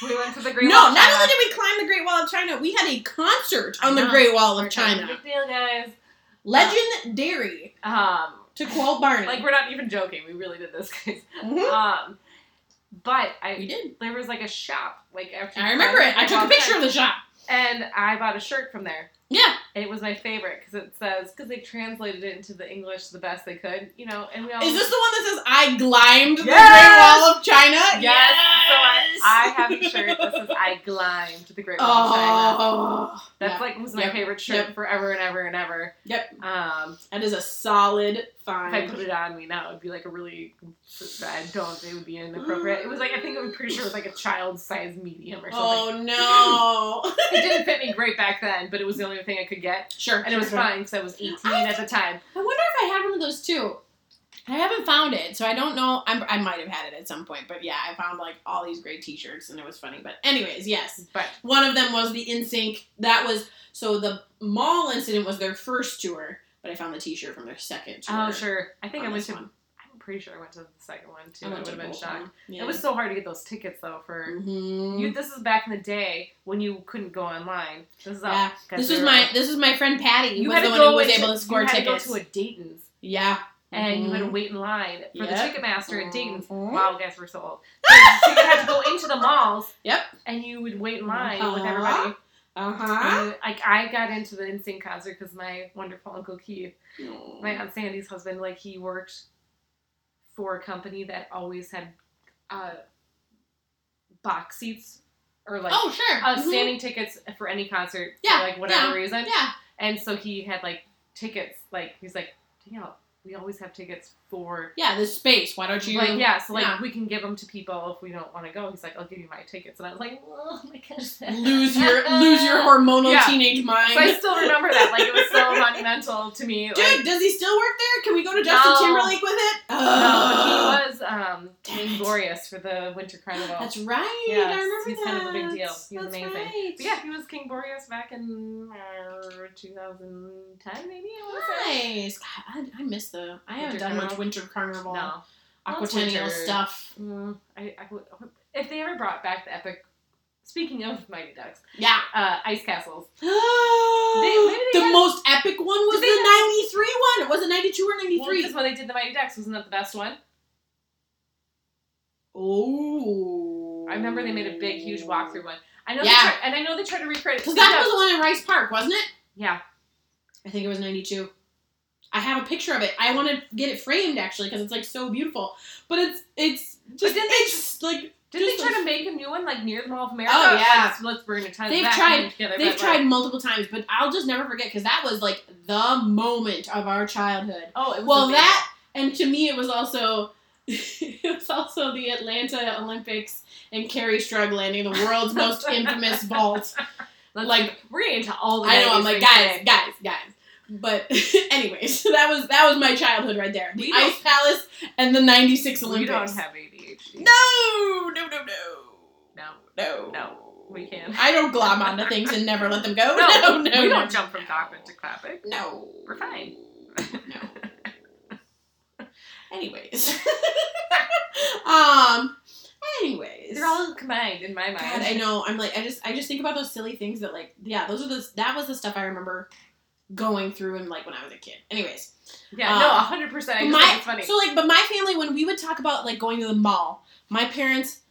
we went to the Great Wall. No, of not China. only did we climb the Great Wall of China, we had a concert I on the know. Great Wall We're of kind China. Big deal, guys. Legendary Um, to quote Barney. like we're not even joking. We really did this, guys. Mhm. Um, but I We did. there was like a shop like after I remember it. I took a picture of the shop. and I bought a shirt from there. Yeah. It was my favorite because it says because they translated it into the English the best they could, you know. And we all Is this the one that says I climbed the Great Yes! Wall of China? yes. So I, I have a shirt that says I climbed the Great Wall of China. Oh, That's yeah. like was my Yep. favorite shirt Yep. forever and ever and ever. Yep. Um, That is a solid if I find. put it on me now, it'd be like a really I don't. It would be inappropriate. It was like I think I'm pretty sure it was like a child size medium or something. oh no! It didn't fit me great back then, but it was the only thing I could get, sure, and it was sure, sure. fine because I was 18 at the time. I wonder if I had one of those too. I haven't found it, so I don't know. I'm, I might have had it at some point, but yeah, I found like all these great T-shirts, and it was funny. But anyways, yes, But one of them was the In Sync. That was so the mall incident was their first tour, but I found the T-shirt from their second tour. Oh sure, I think on I went this to. one. I'm pretty sure I went to the second one too. I I, would went to have been both shocked. of them. Yeah. It was so hard to get those tickets though. For Mhm. you, this is back in the day when you couldn't go online. This is all. Yeah. 'cause This we was were- my this was my friend Patty You was had the to one who go was into- able to score you had tickets. To go to a Dayton's yeah, and you had to Mhm. wait in line for the Yep. Ticketmaster at Dayton's. Mhm. Wow, guys, we're so old. so you had to go into the malls. Yep. And you would wait in line with Uh-huh. everybody. Uh huh. And, Like I got into the NSYNC concert because my wonderful uncle Keith my aunt Sandy's husband, like he worked for a company that always had uh, box seats or like oh sure. uh, Mhm. standing tickets for any concert Yeah, for like whatever yeah, reason. Yeah. And so he had like tickets. Like he's like, you know, we always have tickets for. Yeah. The space. Why don't you? like yeah, so like yeah. we can give them to people if we don't want to go. He's like, I'll give you my tickets, and I was like, oh my gosh, Lose your lose your hormonal Yeah. teenage mind. So I still remember that, like it was so monumental to me. Dude, like, does he still work there? Can we go to Justin No. Timberlake with it? Ugh. No, he was um, oh! Damn it. glorious for the Winter Carnival. That's right. Yes, I remember he's that. kind of a big deal. He's That's amazing. Right. But yeah, he was King Boreas back in uh, 2010, maybe. I want to say. Nice. God, I, I miss the. I haven't Winter done much Carnival. winter carnival, No, Well, it's aquatennial winter. stuff. Mm, I, I would, if they ever brought back the epic. Speaking of Mighty Ducks, Yeah. uh, ice castles. maybe they the had- most epic one was Did the they have- '93 one. It wasn't '92 or '93. Because when they did the Mighty Ducks, wasn't that the best one? Oh. I remember they made a big, huge walkthrough one. I know, Yeah. they tried, and I know they tried to recreate. Because that was the one in Rice Park, wasn't it? yeah, I think it was 92. I have a picture of it. I want to get it framed actually because it's like so beautiful. But it's it's just didn't they it's like did they Just try those- to make a new one like near the Mall of America? Oh, yeah. Let's- let's bring a ton of They've that tried- name together. they've but, tried like- multiple times, but I'll just never forget because that was like the moment of our childhood. Oh, it was Well, amazing. that and to me it was also it was also the Atlanta Olympics and Carrie Strug landing the world's most infamous vault. Let's- like- we're getting into all the. I know. I'm 90s like, things guys, today. guys, guys. But anyways, that was that was my childhood right there. The We don't- Ice Palace and the '96 Olympics. We don't have ADHD. no, no, no, no, no, no, No, we can't. I don't glob onto things and never let them go. no, No, no, we no, don't no. jump from topic to topic. No, We're fine. No. anyways, um, anyways, They're all combined in my mind. God, I know. I'm like, I just, I just think about those silly things that, like, yeah, those are the, that was the stuff I remember going through and like when I was a kid. Anyways, Yeah, Um, no, hundred percent. I just my, think it's funny. so like, but my family when we would talk about like going to the mall, my parents,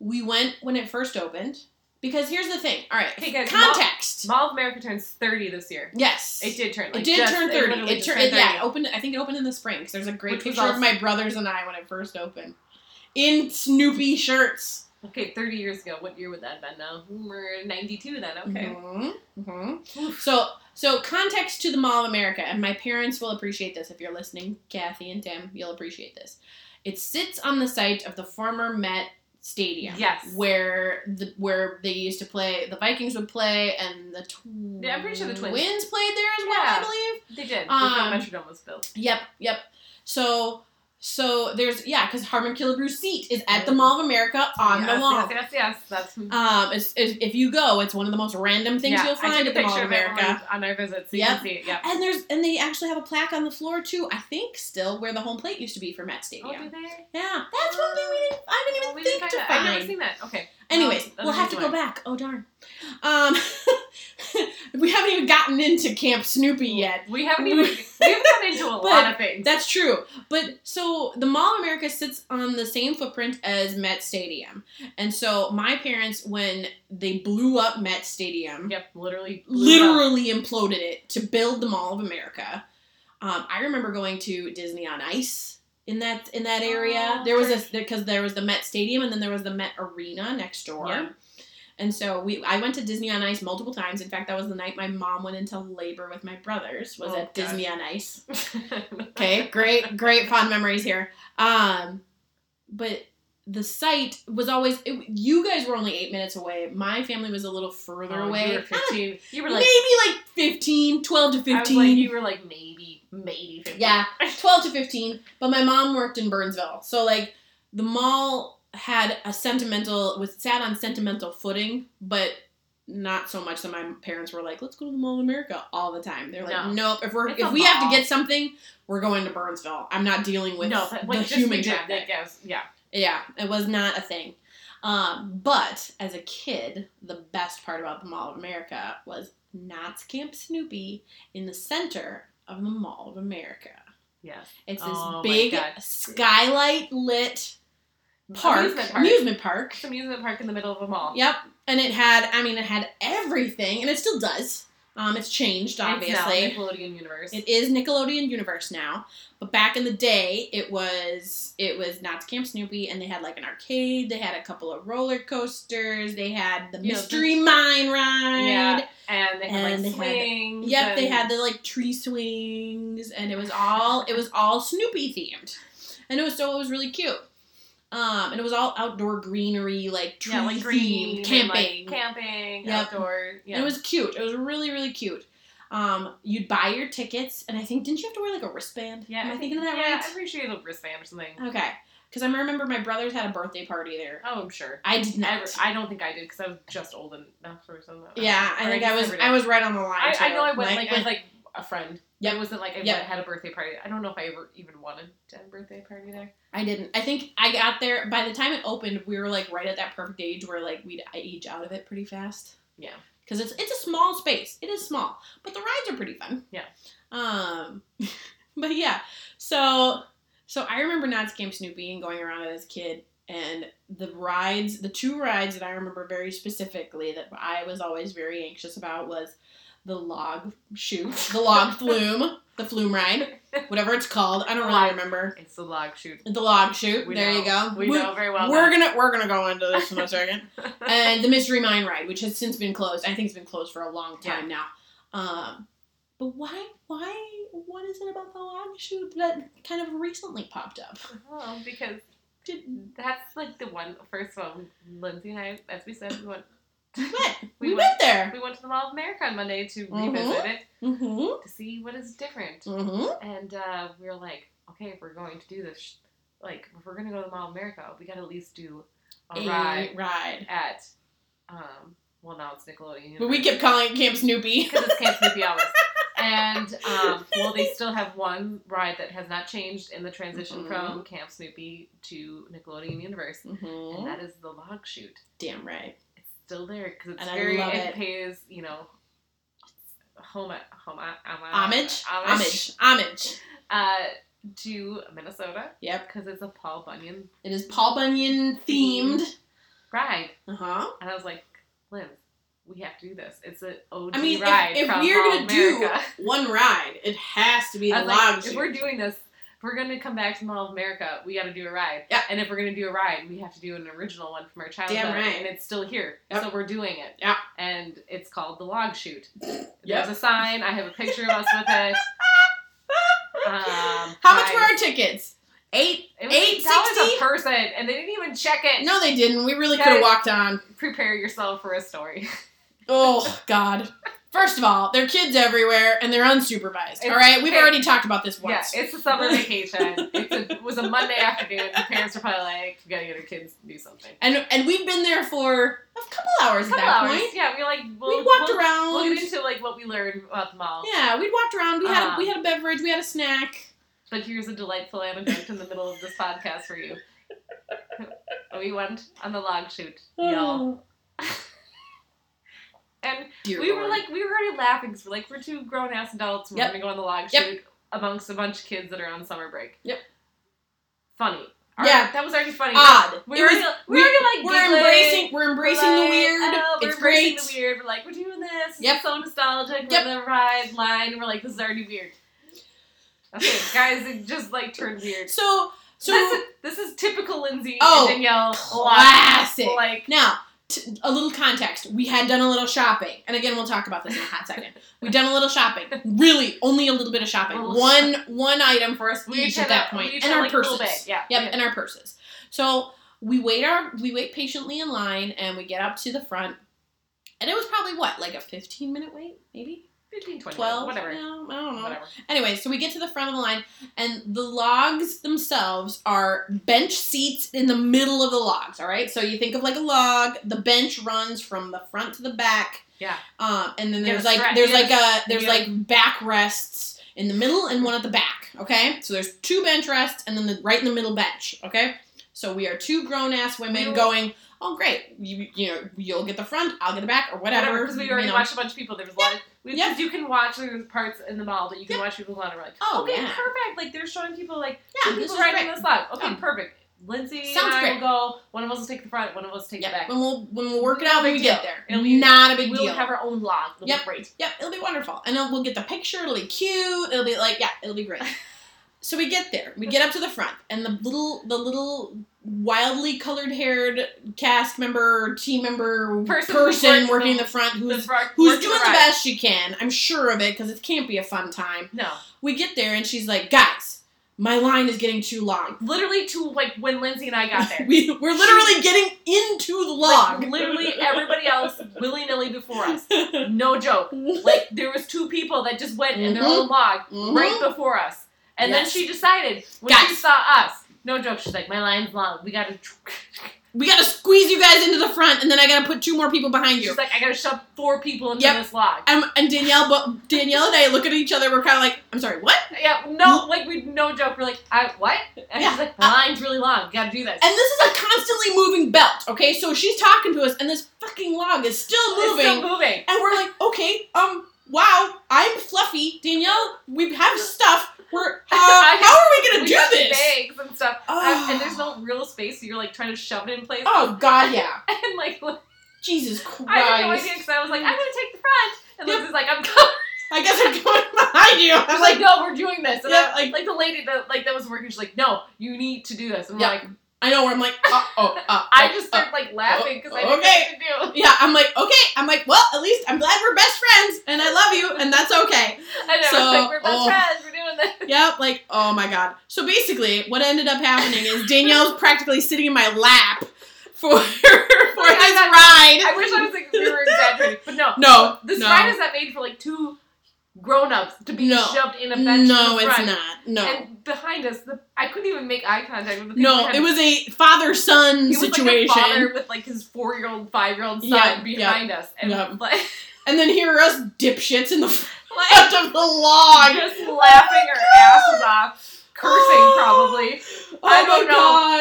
we went when it first opened because here's the thing. All right, Okay, guys, context. Mall of America turns thirty this year. yes, It did turn. Like, It did just- turn thirty. literally It just turned turned yeah. It opened. I think it opened in the spring. 'cause there's a great Which was picture of awesome. my brothers and I when it first opened. in Snoopy shirts. Okay, 30 years ago. What year would that have been now? We're 92 then. Okay. Mm-hmm. Mm-hmm. So, so context to the Mall of America, and my parents will appreciate this if you're listening, Kathy and Tim, you'll appreciate this. It sits on the site of the former Met Stadium. Yes. Where the where they used to play, the Vikings would play, and the twins. Yeah, I'm pretty sure the Twins- twins played there as well. Yeah. I believe. They did. Um, That's how Metrodome was built. Yep, yep. So, so there's yeah, because Harmon Killebrew's seat is at the Mall of America on yes, the lawn. Yes, yes, yes. That's. Um, it's, it's, if you go, it's one of the most random things yeah, you'll I find took at a the Mall picture of of it on- America. On our visit, so you Yep. can see it. Yeah. And there's and they actually have a plaque on the floor too. I think still where the home plate used to be for Oh, Met Stadium. do they? yeah, that's one thing we didn't. I didn't even Well, we think didn't to find that. find. I've never seen that. Okay. Anyways, Um, that we'll have to doesn't go do back. Oh darn. Um, we haven't even gotten into Camp Snoopy it. yet. We haven't even we haven't gotten into a But lot of things. That's true. But so the Mall of America sits on the same footprint as Met Stadium. And so my parents, when they blew up Met Stadium, Yep, literally. literally imploded it to build the Mall of America. Um, I remember going to Disney on Ice in that in that area. Oh, there was a sure. because there was the Met Stadium and then there was the Met Arena next door. Yeah. And so we I went to Disney on Ice multiple times. In fact, that was the night my mom went into labor with my brothers was Oh, at gosh. Disney on Ice. okay. Okay, great, great fond memories here. Um, but the site was always. It, you guys were only eight minutes away. My family was a little further away. Oh, You were 15. You were Ah, like, maybe like 15, 12 to I was like, 15. you were like maybe, maybe 15. yeah, 12 to 15. But my mom worked in Burnsville. So, like, the mall had a sentimental, was sat on sentimental footing, but not so much that my parents were like, let's go to the Mall of America all the time. They're like, No. nope, if, we're, It's a if we have to mall." get something, we're going to Burnsville. I'm not dealing with no, but the like just human the- traffic. That guess, yeah. Yeah, it was not a thing. Um, but as a kid, the best part about the Mall of America was Knott's Camp Snoopy in the center of the Mall of America. Yes. It's this Oh my big God. skylight lit park, Amusement park. amusement park. It's an amusement park in the middle of a mall. Yep, and it had, I mean, it had everything, and it still does. Um, it's changed, It's now obviously. Nickelodeon universe. It is Nickelodeon Universe now, but back in the day, it was it was Knott's Camp Snoopy, and they had like an arcade. They had a couple of roller coasters. They had the Yeah, Mystery Mine ride. Yeah. And they had And they like had- swings. Yep, they and- had the like tree swings, and it was all it was all Snoopy themed, and it was so it was really cute. Um, and it was all outdoor greenery, like tree yeah, like green themed and, like, camping. camping, Yep. outdoor. Yeah. And it was cute. It was really, really cute. Um, you'd buy your tickets, and I think didn't you have to wear like a wristband? yeah, am I think- thinking of that Yeah, right? Um, I'm pretty sure you had a wristband or something. Okay, because I remember my brothers had a birthday party there. Oh, I'm sure. I did I, not. I don't think I did because I was just old enough for something. yeah, I Or think just I was never did. I was right on the line. I, I too. know I went like, with like a friend. Yep. It wasn't like I Yep. went- had a birthday party. I don't know if I ever even wanted to have a birthday party there. I didn't. I think I got there by the time it opened. We were like right at that perfect age where like we'd age out of it pretty fast. Yeah. because it's it's a small space. It is small, but the rides are pretty fun. Yeah. Um, but yeah, so so I remember Knott's Camp Snoopy and going around it as a kid, and the rides, the two rides that I remember very specifically that I was always very anxious about was the log chute, the log flume, the flume ride, whatever it's called. I don't really Log. remember It's the log shoot. the log chute. We there know. you go. We, We- know very well. we're that. gonna we're gonna go into this in a second. and the mystery mine ride, which has since been closed. I think it's been closed for a long time now. Um, but why why what is it about the log chute that kind of recently popped up? Oh, because Did, that's like the one. First of all, Lindsay and I, as we said, we went. we went We we, went. went there. We went to the Mall of America on Monday to Mhm. revisit it Mm-hmm. to see what is different. Mm-hmm. And uh, we were like, okay, if we're going to do this, sh- like, if we're going to go to the Mall of America, we got to at least do a Eh. ride A ride. at, um, well, now it's Nickelodeon. But we kept calling it Camp Snoopy. Because it's Camp Snoopy always. And, um, well, they still have one ride that has not changed in the transition Mhm. from Camp Snoopy to Nickelodeon Universe, and Mm-hmm. that is the log shoot. Damn right. It's still there because it's And I very, love it. it. pays, you know, home, home, Uh, Homage. homage, Homage. Homage. uh, to Minnesota Yep. because it's a Paul Bunyan It is Paul Bunyan themed. ride. Uh huh. And I was like, Liz, we have to do this. It's an OG I mean, if- ride if, from we're Mall gonna America. do one ride, it has to be I the was log like, if chute. we're doing this we're gonna come back to Mall of America, we got to do a ride. Yeah. And if we're gonna do a ride, we have to do an original one from our childhood, right. and it's still here, Yep. so we're doing it. Yeah. And it's called the log shoot. Yep. There's a sign. I have a picture of us with it. Um, How much I- were our tickets? Eight? It was Eight $8 sixty? a person, and they didn't even check it. No, they didn't. We really Guys. could have walked on. Prepare yourself for a story. Oh God. First of all, there are kids everywhere and they're unsupervised. It's- all right, we've hey. already talked about this Yeah, once. it's a summer vacation. It's a, it was a Monday afternoon. The parents were probably like, "We gotta get our kids to do something." and and we've been there for a couple hours A at couple that hours. point. Yeah, we were like, we'll, we walked we'll, around. We'll get into like what we learned about the mall. yeah, we'd walked around. We had Um, we had a beverage. We had a snack. But here's a delightful anecdote in the middle of this podcast for you. we went on the log shoot, y'all, Oh, and dear we were Lord. like, we were already laughing because we're like, we're two grown ass adults. and We're Yep. gonna go on the log Yep. shoot amongst a bunch of kids that are on summer break. Yep. Funny. Our- Yeah. Uh, that was already funny. odd. We It were, was- gonna- we we- were gonna, like we're giggling. embracing we're embracing the Like, weird. oh, we're it's embracing great. the weird. We're like, we're doing this. Yep. It's so nostalgic. Yep. We're on the ride line. and We're like, this is already weird. Okay, guys, it just like turned weird. So so this, is, this is typical Lindsay Oh, and Danielle. classic. Like, Now, t- a little context. We had done a little shopping, and again, we'll talk about this in a hot second. We'd done a little shopping. Really, only a little bit of shopping. Little One one item for us we each each at had that a- we point, each and had, our like, a little purses. bit, yeah, Yep, yeah. and our purses. So we wait our we wait patiently in line, and we get up to the front. And it was probably what, like a fifteen minute wait, maybe 15, 20, twelve. whatever. No, I don't know. Whatever. Anyway, so we get to the front of the line, and the logs themselves are bench seats in the middle of the logs. All right, so you think of like a log. The bench runs from the front to the back. Yeah. Um, and then You there's gotta like stretch. there's You like a you there's like back rests in the middle and one at the back. Okay, so there's two bench rests and then the right in the middle bench. Okay, so we are two grown ass women We were- going. Oh great, you you know you'll get the front, I'll get the back, or whatever. Because we already you know. watched a bunch of people. There was a lot of. We, Yep. You can watch there's parts in the mall that you can watch people go on and we're like, Oh, okay, yeah. perfect. Like, they're showing people, like, Yeah, two this people is riding great. this log. Okay, Yeah. perfect. Lindsay Sounds and I great. will go. One of us will take the front, one of us will take the Yeah, back. when we'll when we'll work it No out when big we deal. get there. It'll be- Not a big we'll deal. have our own log. It'll Yep. be great. Yep, it'll be wonderful. And then we'll get the picture, it'll be cute, it'll be like, yeah, it'll be great. so we get there. We get up to the front, and the little the little wildly colored haired cast member, team member Person person, who works working in the- the front The who's front- who's front doing the ride. best she can. I'm sure of it, because it can't be a fun time. No. We get there and she's like, guys, my line is getting too long. Literally to like when Lindsay and I got there. We, we're literally getting into the Like, log. literally everybody else willy nilly before us. No joke. Like there was two people that just went in their Mhm. own log Mhm. right before us, and Yes. then she decided when she Guys. saw us. No joke. She's like, my line's long. We gotta. we gotta squeeze you guys into the front, and then I gotta put two more people behind you. She's like, I gotta shove four people into Yep. this log. And, and Danielle, but Danielle and I look at each other. We're kind of like, I'm sorry, what? Yeah. No. Like we. No joke. We're like, I what? And she's like, my line's really long. We gotta do this. And this is a constantly moving belt. Okay, so she's talking to us, and this fucking log is still It's moving, still moving. and we're like, okay, um, wow, I'm fluffy, Danielle. We have stuff. We're uh, I- how are we gonna we do got this? bags and stuff, Oh. Um, and there's no real space, so you're like trying to shove it in place. Oh God, yeah. And like, Jesus I had no Christ. idea because I was like, I'm gonna take the front, and Yep. Liz is like, I'm coming. I guess I'm going behind you. I I was was like, like, no, we're doing this. And Yeah, I, like, like the lady that like that was working, she's like, no, you need to do this. And I'm Yeah. like, I know where I'm like, uh, oh, uh, I uh, just uh, started like laughing because I didn't okay. know what to do. Yeah, I'm like, okay. I'm like, well, at least I'm glad we're best friends and I love you and that's okay. I know, So, it's like we're best oh. friends, we're doing this. Yep, like, oh my god. So basically, what ended up happening is Danielle's practically sitting in my lap for for this ride. I wish I was like we were exaggerating, but no, No, this no. ride is not made for like two grown-ups to be No. shoved in a bench. in No, the it's front. not. No. And behind us, the, I couldn't even make eye contact with the people no, behind it us. was a father son He was situation. like a father with like his four year old, five year old son Yeah, behind us, and yeah. like, and then here are us dipshits in the like front of the log. just laughing our asses off, cursing probably. Oh I my don't know.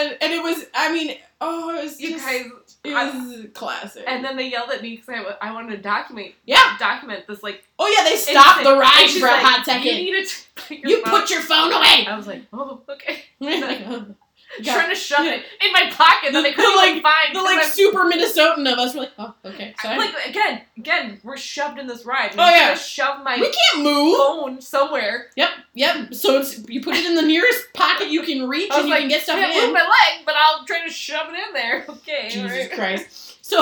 god. And it was I mean, oh it was You just guys, it was classic. and then they yelled at me because I, wa- I wanted to document Yeah. document this like Oh yeah, they stopped the instant- ride and she's for a like, hot second. You need to put your You phone-" put your phone away. I was like, oh okay. the Trying to shove yeah. it in my pocket that The- I couldn't the, like, find. like because super Minnesotan of us were like, oh, I'm- okay, sorry. like again, again, we're shoved in this ride. Oh, I'm yeah. gonna shove my We can't move. phone somewhere. Yep, yep. So it's you put it in the nearest pocket you can reach I was and you like, can get stuff can't move in. my leg, but I'll try to shove it in there. Okay. Jesus alright. Christ. So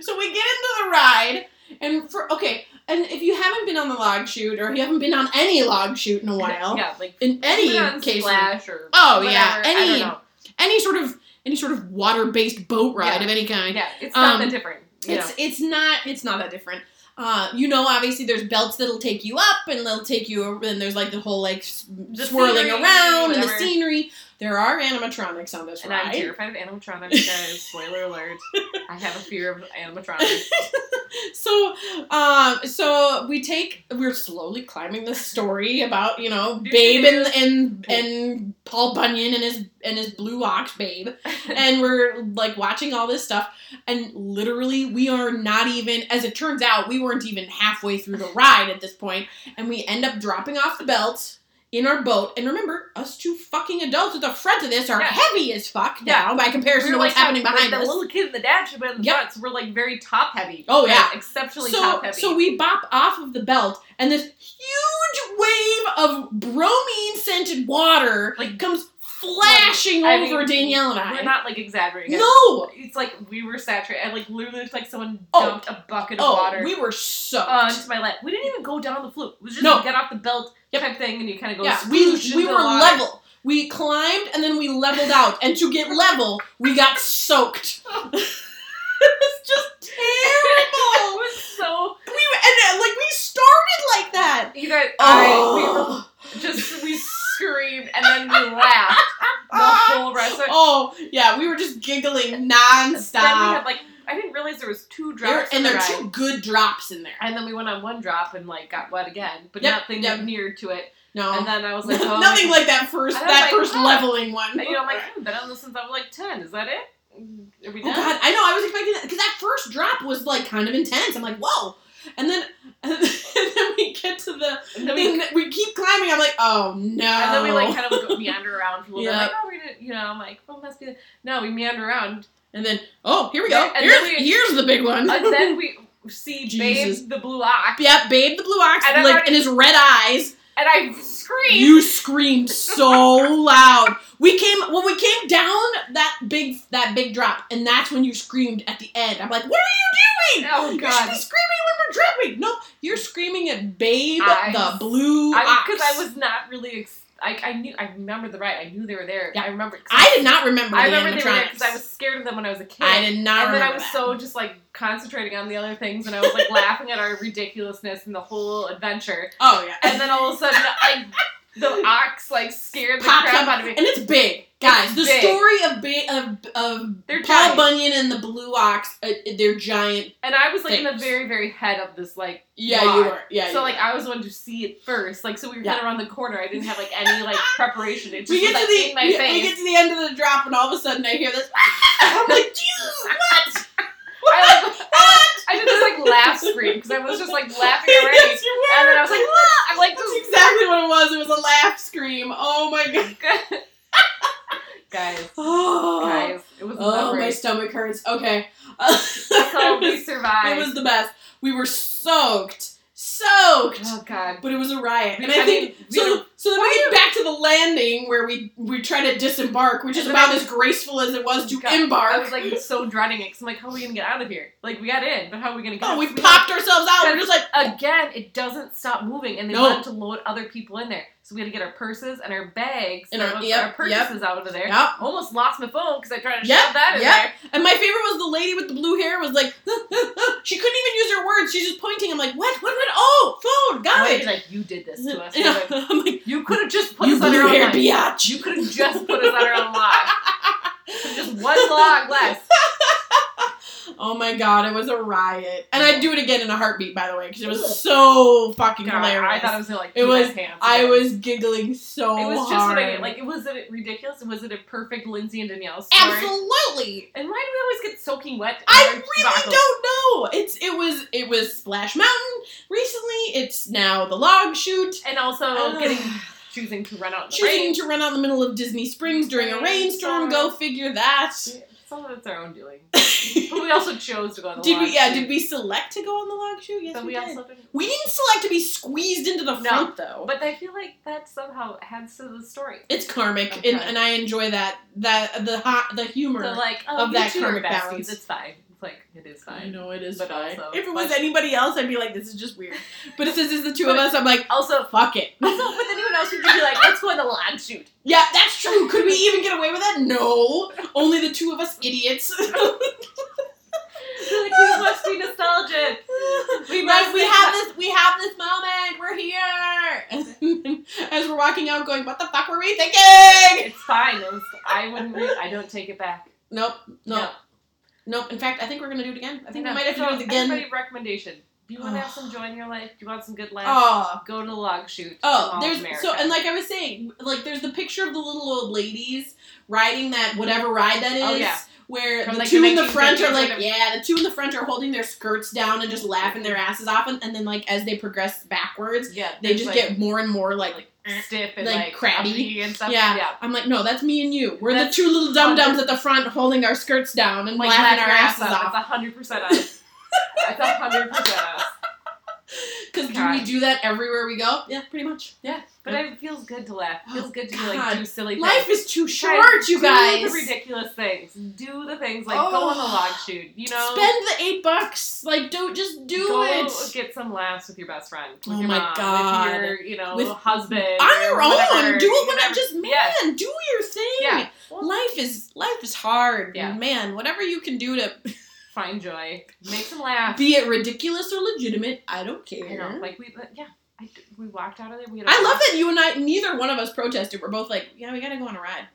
so we get into the ride and for okay, and if you haven't been on the log shoot or you haven't been on any log shoot in a while, Yeah, like in any put it on case Splash or Oh, yeah, whatever, I don't any- know. any sort of any sort of water-based boat ride Yeah. of any kind. Yeah, it's not Um, that different. You It's know. it's not it's not that different. Uh, you know, obviously there's belts that'll take you up, and they'll take you, and there's like the whole like s The swirling scenery, around and the whatever. scenery. There are animatronics on this And I'm ride, terrified of animatronics, guys. Spoiler alert. I have a fear of animatronics. so um, so we take we're slowly climbing this story about you know Do Babe you- and and and Paul Bunyan and his and his blue ox Babe, and we're like watching all this stuff and literally we are not even as it turns out we weren't even halfway through the ride at this point and we end up dropping off the belt in our boat and remember us two fucking adults at the front of this are Yeah. heavy as fuck Yeah. now by comparison to what's happening like, behind the us little kid and the dad should be in the Yep. front, so we're like very top heavy. Oh, Like, yeah. exceptionally so, top heavy. so we bop off of the belt and this huge wave of bromine scented water Like, comes flashing I mean, over danielle and we're i not like exaggerating. guys. no It's like we were saturated. And like literally, it's like someone Oh. dumped a bucket of oh water Uh, we were soaked onto my lap. We didn't even go down the flute. It was just No. like, get off the belt Yep. type thing, and you kind of go. Yeah, we, sploosh we into were the water. level. We climbed and then we leveled out. And to get level, we got soaked. it's just Oh, it terrible. was so. we were- and uh, like we started like that. You guys, I, we were Oh, just we screamed and then we laughed the whole rest of it. Ah! oh yeah, we were just giggling Then we nonstop. had like I didn't realize there was two There, drops in and the there are ride. two good drops in there. And then we went on one drop and like got wet again, but Yep, nothing yep. near to it. No, And then I was like, oh, nothing like that first I was that like, first oh. leveling one. And, you know, I'm like I haven't been on this since I was like ten. Is that it? Are we Oh done? god, I know. I was expecting that because that first drop was like kind of intense. I'm like, whoa, and then and then we get to the And then and we, then we keep climbing. I'm like, oh no. and then we like kind of would go meander around for a little Yeah. bit. Like, oh, we didn't, you know, I'm like, well, must be. The... No, we meander around, And then, oh, here we go. Yeah, and here's, then we- here's the big one. and then we see Jesus. Babe the blue ox, yeah, babe, the blue ox, And I'm like already- in his red eyes. and I scream. You screamed so loud. We came when we came down that big that big drop, and that's when you screamed at the end. I'm like, what are you doing? Oh You should god. be screaming when we're dropping. No, you're screaming at Babe I- the Blue Ox. because I was not really. Ex- I, I knew I remember the ride. I knew they were there. Yeah. I remember. I did not remember. I the remember they were there animatronics. because I was scared of them when I was a kid. I did not and remember. then I was that. so just like concentrating on the other things, and I was like laughing at our ridiculousness and the whole adventure. Oh yeah. And then all of a sudden, like the ox like scared the Popped crap up out of me. And it's big, guys. the It's big. story of big of of They're Paul giant. Bunyan and the Blue Ox. Uh, they're giant. And I was like in Thanks. the very very head of this like. Yeah, log. you were. Yeah. you So like were. I was the one to see it first, like so we were Yeah. kind of around the corner. I didn't have like any like preparation. It just we get was, like, to the in my we, face. we get to the end of the drop, and all of a sudden I hear this. I'm like, Jesus, what? I, like, I did this like laugh scream because I was just like laughing already. Yes, you were. And then I was like, "Ah," I'm like, That's this exactly what it was. It was a laugh scream. Oh my god. exactly. guys, Oh, guys, it was oh oh, my stomach hurts. Okay. That's That's how we It survived. was the best. We were soaked, soaked, oh god. but it was a riot. We- And I I think mean, we so. were- So then we get back to the landing where we we try to disembark, which is And then about I- as graceful as it was to God, embark. I was like so dreading it because I'm like, how are we gonna get out of here? Like we got in, but how are we gonna get? oh, out? we popped ourselves out. We're just like, Again, it doesn't stop moving, and they No. wanted to load other people in there, so we had to get our purses and our bags And and our- our, yep, our purchases out of there. yeah. Almost lost my phone because I tried to Yep, shove that in yep. there. And my favorite was the lady with the blue hair was like, she couldn't even use her words. She's just pointing. I'm like, what? What? What? Oh, phone. Got Why it. did, like you did this to us? Yeah. Like, I'm like, you could have just put you us on our blue own. hair log. biatch. You could have just put us on our own log. Just one log less. Oh my god, it was a riot. And I'd do it again in a heartbeat, by the way, because it was so fucking God, hilarious. I thought it was gonna like It pee was- my pants. I again. was giggling so It was just hard. what I did. Like, it was it ridiculous? Was it a perfect Lindsay and Danielle story? Absolutely. And why do we always get soaking wet? in I our really tobacco? don't know. It's it was it was Splash Mountain recently. It's now the log shoot. And also Ugh. Oh, getting choosing to run out in the Choosing rain. to run out in the middle of Disney Springs during a Rain, rainstorm. sorry. Go figure that. Some of it's our own doing. But we also chose to go on the did log we? Yeah, shoot. did we select to go on the log shoot? Yes, Oh, But we, we did. also didn't. we didn't select to be squeezed into the No. front though. But I feel like that somehow adds to the story. it's karmic, Okay. and, and I enjoy that that the hot the humor. So like, oh, Of you that two are karmic besties. balance. It's fine. It's like it is I fine. know it is But fine. also- if it was but- anybody else, I'd be like, this is just weird. But since it's the two of us, I'm like, Also, fuck it. also with anyone else, you'd be like, let's go on the log shoot. yeah, that's true. Could we even get away with that? No. Only the two of us idiots. Like, we must be nostalgic. We Like, must we be- have this we have this moment. We're here. And then as we're walking out going, what the fuck were we thinking? It's fine. It was, I wouldn't. Re- I don't take it back. Nope. No. Nope. In fact, I think we're gonna do it again. I think No. we might have to So, do it again. Everybody, recommendation. Do you want to have some joy in your life? Do you want some good laughs? Oh, Go to the log shoot. Oh, Mall of there's America. so and like I was saying, like there's the picture of the little old ladies riding that whatever ride that is. Oh, yeah. Where From, the like, two the in the front are 1950s or like, whatever. yeah, the two in the front are holding their skirts down and just laughing their asses off, and, and then like as they progress backwards, yeah, they there's, just like, get more and more like, like, eh. stiff and like, like, crabby. uppity and stuff. Yeah. yeah. I'm like, no, that's me and you. We're That's- the two little dum dums at the front holding our skirts down and laughing our asses It's off. hundred percent us. It's hundred percent us. Because do we God. do that everywhere we go? Yeah, pretty much. Yeah, but it feels good to laugh. It feels good to God. like do silly things. Life is too Try- short, you Do guys. the ridiculous things. Do the things like go on the Oh. log shoot. You know, Spend the eight bucks. Like, don't just do go it. get some laughs with your best friend, with Oh your my mom, God. with your you know With- husband on your or whatever, own. Do you it when I'm never- just man. Yes. Do your thing. Yeah. Life is life is hard. Yeah. Man, whatever you can do to Find joy. Make some laugh. be it ridiculous or legitimate, I don't care. I know, like we yeah. I, we walked out of there. We had a I love blast. that you and I neither one of us protested. We're both like, yeah, we gotta go on a ride.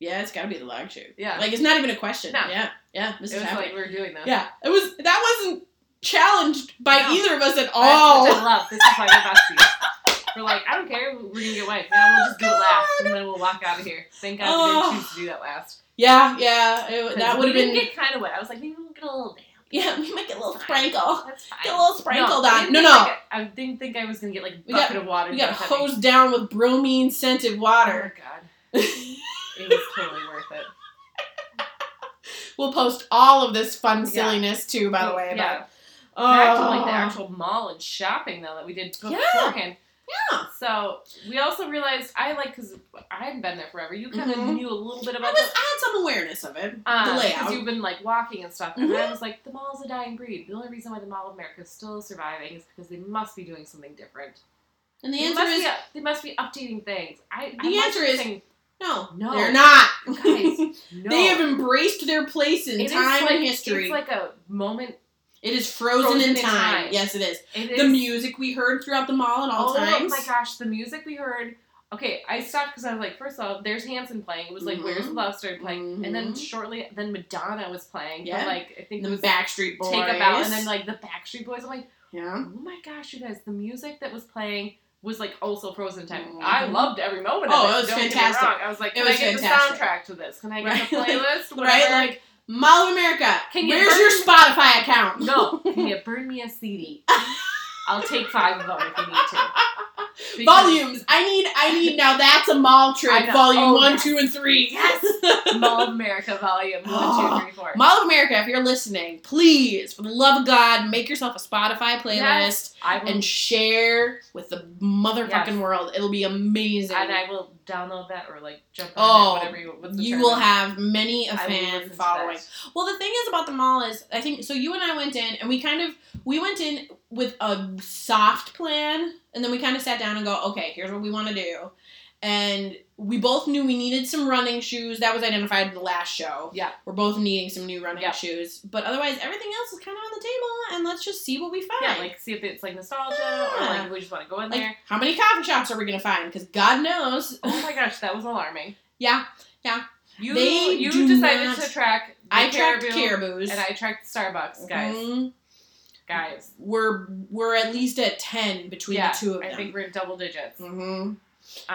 Yeah, it's gotta be the log shoot. Yeah, Like it's not even a question. No. Yeah. Yeah. This it is was happening. like we were doing this. yeah. It was that wasn't challenged by No. either of us at Oh, I all. love. This is why we're besties. We're like, I don't care. We're gonna get wiped. Now we'll just do it last, and then we'll walk out of here. Thank God we Oh. didn't choose to do that last. Yeah, yeah. It, 'Cause that we would have didn't been get kind of wet. I was like, maybe we'll get a little damp. Yeah, we might get a little Fine. sprinkle. That's fine. Get a little sprinkled I on. didn't No, think, no. like, I, I didn't think I was gonna get like a We bucket of water. We got dumped on me. hosed down with bromine scented water. Oh my God, it was totally worth it. we'll post all of this fun Yeah. Mm, silliness too, by the way. yeah. But, oh, Back to like the actual mall and shopping though that we did Yeah. beforehand. Yeah. So we also realized I like because I hadn't been there forever. You kind Mhm. of knew a little bit I about was the- I had some awareness of Um, it. the Because layout. Mm-hmm. you've been like walking and stuff, and I was like, the mall's a dying breed. The only reason why the Mall of America is still surviving is because they must be doing something different. and the they answer must is be, they must be updating things. I, I The watched answer this is thing- no, No. They're not. Guys, no. They have embraced their place in It is time like- and history. It's like a moment. it is frozen, frozen in in time. time. Yes, it is. It the is- music we heard throughout the mall at all oh times. my gosh, the music we heard. Okay, I stopped because I was like, first of all, there's Hanson playing. It was like, Mhm. Where's the Love started playing, and then Mhm. shortly, then Madonna was playing. Yeah. But, like I think The it was Backstreet Boys. Take About, and then like the Backstreet Boys. I'm like. yeah. Oh my gosh, you guys, the music that was playing was like also frozen time. Mhm. I loved every moment Oh, of it. it was Don't get me fantastic. wrong. I was like, It can was I get fantastic. the soundtrack to this? Can I get the Right, playlist? Right? Whatever. Like Mall of America. Can you Where's burn- your Spotify account? no, can you burn me a CD? I'll take five of them if you need to. Because- Volumes. I need. I need. Now that's a mall I trip. know. Volume Oh, one, yes. two, and three. Yes. Mall of America volume one, two, three, four. Mall of America. If you're listening, please, for the love of God, make yourself a Spotify playlist Yes, I will, and and, share with the motherfucking Yes. world. It'll be amazing. I will download that or like jump on Oh, it, whatever you. What's the you term? will have many a I will fan listen to following. that. Well, the thing is about the mall is I think so. You and I went in, and we kind of we went in with a soft plan, and then we kind of sat down and go, okay, here's what we want to do, and we both knew we needed some running shoes. That was identified in the last show. Yeah. We're both needing some new running Yeah. shoes, but otherwise everything else is kind of on the table, and let's just see what we find. Yeah, like see if it's like nostalgia or Yeah. like we just want to go in Like, there. how many coffee shops are we gonna find? Because God knows. Oh my gosh, that was alarming. Yeah, yeah. You They you do decided not- to track the I tracked Caribou, caribou's, and I tracked Starbucks, guys. Mhm. Guys. We're we're at least at ten between yeah, the two of them. I think we're at double digits. hmm Um,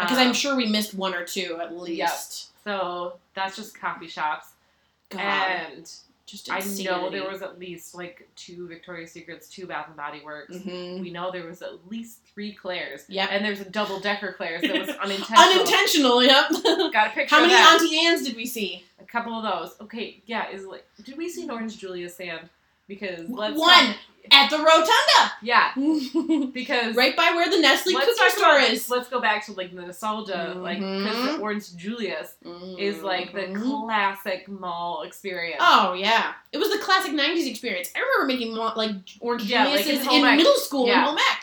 Because I'm sure we missed one or two at least. so that's just coffee shops. God, And just I insanity. know there was at least like two Victoria's Secrets, two Bath and Body Works. Mhm. We know there was at least three Claire's. Yep. And there's a double decker Claire's that was unintentional. unintentional. Yep. Got a picture How many of that. Auntie Anne's did we see? I couple of those. Okay, yeah. Is like, did we see an Orange Julia Sand? Because let's One. At the rotunda, yeah, because right by where the Nestle let's cookie talk about, store like, is. Let's go back to like the nostalgia, like because Mhm. the Orange Julius is like the Mhm. classic mall experience. Oh yeah, it was the classic '90s experience. I remember making mo- like orange Yeah, like in Julius's in, home ec. middle school in Yeah. home ec.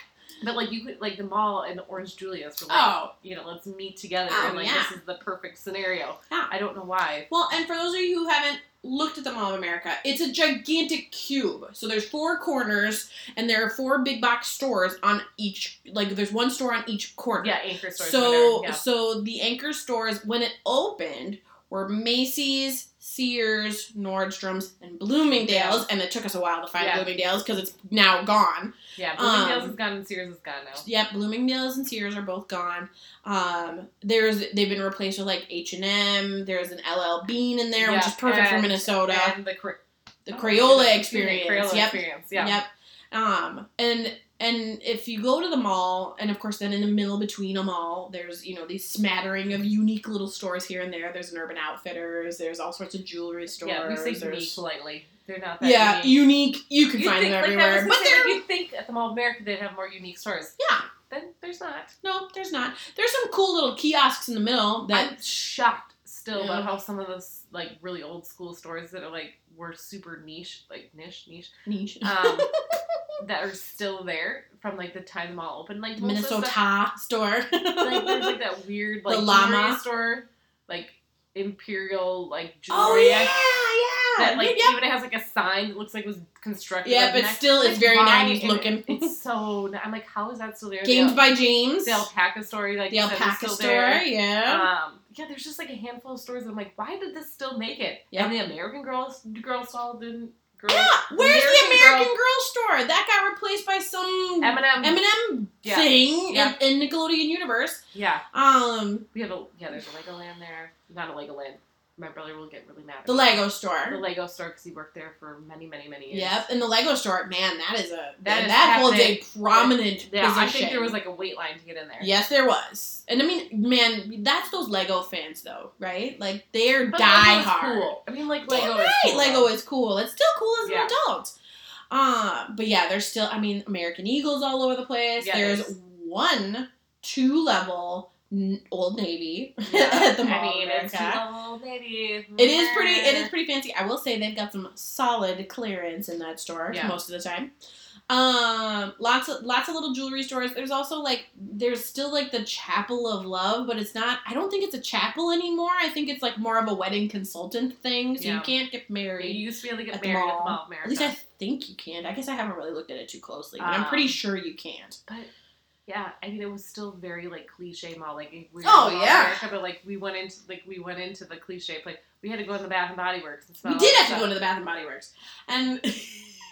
But like you could like the mall and the Orange Julius were like Oh you know let's meet together Oh, and like yeah. this is the perfect scenario. Yeah. I don't know why. well, and for those of you who haven't looked at the Mall of America, it's a gigantic cube. So there's four corners, and there are four big box stores on each. Like there's one store on each corner. Yeah, anchor stores. So whatever, yeah. so the anchor stores when it opened were Macy's, Sears, Nordstrom's, and Bloomingdale's, and it took us a while to find Yeah. Bloomingdale's because it's now gone. yeah, Bloomingdale's um, is gone and Sears is gone now. Yep, Bloomingdale's and Sears are both gone. Um, there's they've been replaced with like H and M. There's an LL Bean in there, which Yeah, is perfect for and- Minnesota. And the, cre- the oh, Crayola yeah, experience. Crayola yep. experience. Yeah. Yep. Um, and and if you go to the mall, and of course, then in the middle between them all, there's you know these smattering of unique little stores here and there. There's an Urban Outfitters. There's all sorts of jewelry stores. Yeah, we say unique there's- politely. They're not that Yeah, unique. unique. You can You'd find think, them like, I was everywhere, gonna but say, they're like, you'd think at the Mall of America they'd have more unique stores. yeah. Then there's not. No, there's not. There's some cool little kiosks in the middle that I'm shocked still Yeah. about how some of those like really old school stores that are like were super niche, like niche, niche, niche. um, that are still there from like the time the mall opened. Like most of the stuff- Minnesota store. like there's like that weird The like llama. jewelry store, like imperial like oh jewelry. yeah, yeah. That like Yep, even it has like a sign that looks like it was constructed. yep. like, but next- still, it's like, very why? '90s And looking. It's so. I'm like, how is that still there? Games the, by James. the alpaca story, like The you said, is alpaca still store, there. yeah. Um, yeah, there's just like a handful of stores. That I'm like, why did this still make it? Yeah. And the American Girl Girl stall didn't. Girl, yeah, where's the American American Girl. store? That got replaced by some Eminem. Eminem Yeah. thing Yeah. in, in Nickelodeon universe. yeah, Um, we have a yeah. There's a Legoland there. Not a Legoland. My brother will get really mad. At the me. Lego The store. Lego store because he worked there for many, many, many years. Yep, and the Lego store. Man, that is a That that, is holds a epic. prominent Yeah, position. I think there was like a wait line to get in there. Yes, there was. And I mean, man, that's those Lego fans though, right? Like they're But die Lego is hard. Cool. I mean, like Damn Lego is right, cool. Lego is cool. It's still cool as Yeah. an adult. Uh, but yeah, there's still, I mean, American Eagles all over the place. Yeah, there's, there's- one two level n- Old Navy Yeah. at the I Mall of mean, it's America. little baby. It is pretty. It is pretty fancy. I will say they've got some solid clearance in that store Yeah. most of the time. Um, lots of lots of little jewelry stores. There's also like there's still like the Chapel of Love, but it's not. I don't think it's a chapel anymore. I think it's like more of a wedding consultant thing. So Yeah. you can't get You married. used to be able to get At the married at the mall. Mall of America. At least I think you can. I guess I haven't really looked at it too closely, but I'm Um, pretty sure you can't. But yeah, I mean, it was still very like cliche mall. Like we were in Oh, Mall of yeah. America, but like we went into like we went into the cliche place. We had to go in the Bath and Body Works. And smell We all did that have to go stuff. into the Bath and Body Works, and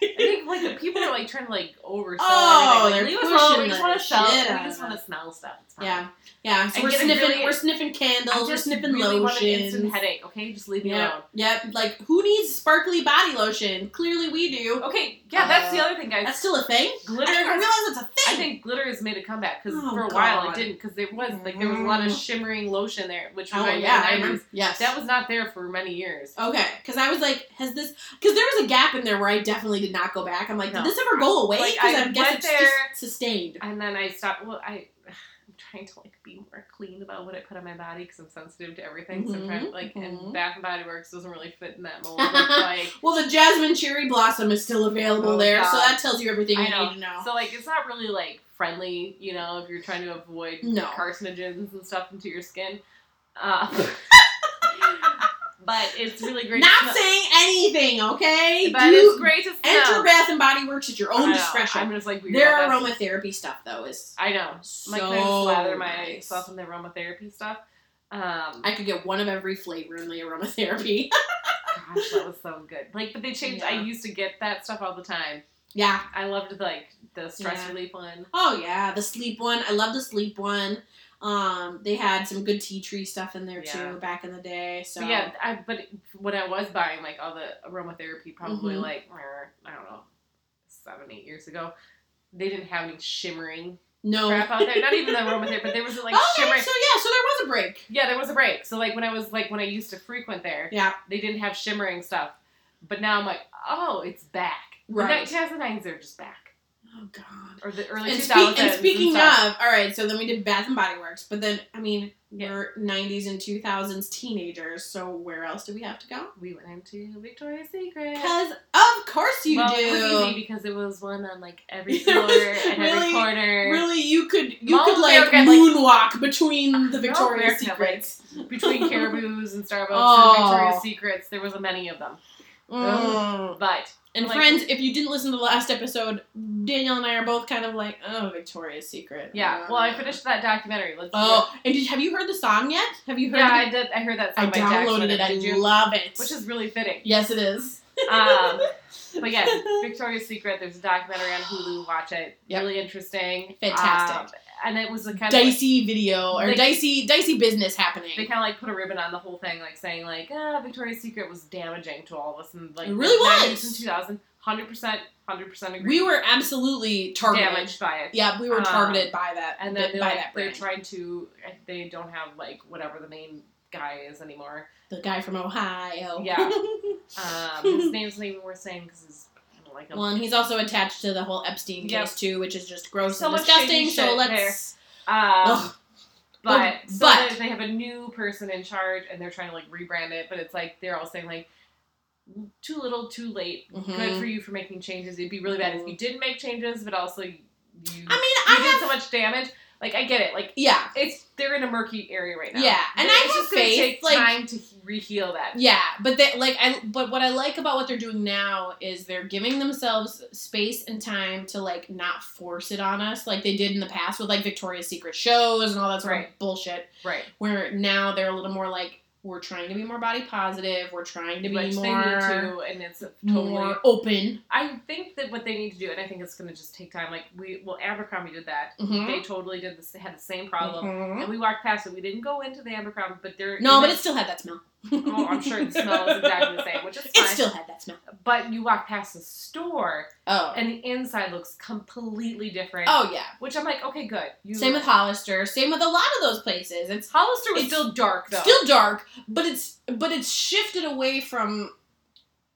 I think like the people are like trying to like oversell. Oh, everything. like, leave they're us alone. pushing We just the want to sell. shit We out just of want to us. smell stuff. It's fine. yeah, yeah. So I we're get it, sniffing. really- we're sniffing candles. I We're just sniffing really want an lotions. instant headache. Okay, just leave me Yeah. alone. Yep. Like, who needs sparkly body lotion? Clearly, we do. Okay, yeah, that's the Uh, other thing, guys. That's still a thing. I glitter. didn't even realize it's a I thing. think glitter has made a comeback because Oh, for a while God. it didn't because there was like there was a lot of Mm. shimmering lotion there, which oh reminded me yeah, I of the 90s. remember. Yes. That was not there for many years. okay. Because I was like, has this? Because there was a gap in there where I definitely did not go back. I'm like, No. did this ever go away? Like, Because I I, guess went it's there- just sustained. And then I stopped. Well, I I'm trying to like be more clean about what I put on my body because I'm sensitive to everything. So I'm trying to, Mhm, like mhm. and Bath and Body Works doesn't really fit in that mold. of, like. Well, the jasmine cherry blossom is still available Oh, there, so God. that tells you everything I you know. need to know. So like it's not really like friendly, you know, if you're trying to avoid No. carcinogens and stuff into your skin. Uh, but it's really great. not to smell- saying anything, okay? but Do it's great to smell. enter Bath and Body Works at your I own know, discretion. I'm just like weird. Their about that. aromatherapy stuff though is I know. I'm so like trying to slather nice. myself in the aromatherapy stuff. Um, I could get one of every flavor in the aromatherapy. gosh, that was so good. Like, but they changed. I Yeah. used to get that stuff all the time. yeah. I loved like the stress Yeah. relief one. Oh yeah, the sleep one. I love the sleep one. Um, they had some good tea tree stuff in there Yeah. too back in the day. So So yeah, I, but when I was buying like all the aromatherapy, probably Mhm. like I don't know, seven eight years ago, they didn't have any shimmering No. crap out there. Not even the aromatherapy, but there was like oh, shimmer. so yeah, so there was a break. Yeah, there was a break. So like when I was like when I used to frequent there, Yeah. they didn't have shimmering stuff. But now I'm like, oh, it's back. Right. The 2009s are just back. Oh god. Or the early And, 2000s. spe- and speaking stuff. of, all right, so then we did Bath and Body Works, but then I mean Yeah. we're '90s and 2000s teenagers, so where else do we have to go? we went into Victoria's Secret. Because of course you well, do. it was easy because it was one on like every There floor was and every really- corner. Really, you could you Mall could like America, like- moonwalk between Um, the No, Victoria's America, like, Secrets. Between Caribou's and Starbucks Oh. and Victoria's Secrets, there was a many of them. Mm. But And Like- friends, if you didn't listen to the last episode, Danielle and I are both kind of like, oh, Victoria's Secret. yeah, uh. well, I finished that documentary. Let's Oh, and did, have you heard the song yet? Have you heard? yeah, it? I did. I heard that I song by Jack downloaded Swindon, it. I did you? love it. which is really fitting. yes, it is. Um, but yeah, Victoria's Secret. There's a documentary on Hulu. Watch it. Yep. Really interesting. Fantastic. Um, and it was a kind of like- dicey video or Like- dicey dicey business they happening. kind of like put a ribbon on the whole thing, like saying like ah, Victoria's Secret was damaging to all of us and like It really the 90s was. and 2000, 100 percent, hundred percent agree. We were absolutely targeted. damaged by it. Yeah, we were Um, targeted by that. And then by they're, like, that they're brand. trying to. They don't have like whatever the main guy is anymore. the guy from Ohio. Yeah. Um, his name's not even worth saying because he's I don't like him. well, and he's also attached to the whole Epstein Yep. case too, which is just gross So and much disgusting. shady So shit let's. Um, Ugh. but But- so but- they- they have a new person in charge and they're trying to like rebrand it, but it's like they're all saying like too little, too late. Um, Good Mhm. for you for making changes. It'd be really bad if you didn't make changes, but also you you I mean, I did have. so much damage. Like I get it. Like yeah. it's they're in a murky area right now. Yeah, and It's I have just gonna faith, Take like- time to he- reheal that. Yeah, but they like I but what I like about what they're doing now is they're giving themselves space and time to like not force it on us like they did in the past with like Victoria's Secret shows and all that sort of Right. bullshit. Right. Where now they're a little more like we're trying to be more body positive, we're trying to be Which more they need to, and it's totally. more open. I think that what they need to do, and I think it's going to just take time. Like we, well, Abercrombie did that. Mhm. They totally did this. Had the same problem. Mhm. and we walked past it. We didn't go into the Abercrombie, but there. No, in but the- it still had that smell. Oh, I'm sure it smells exactly the same, which is fine. It still had that smell. but you walk past the store, Oh. and the inside looks completely different. oh yeah. which I'm like, okay, good. You, Same with Hollister, same with a lot of those places. It's Hollister was It's still dark though. still dark, but it's but it's shifted away from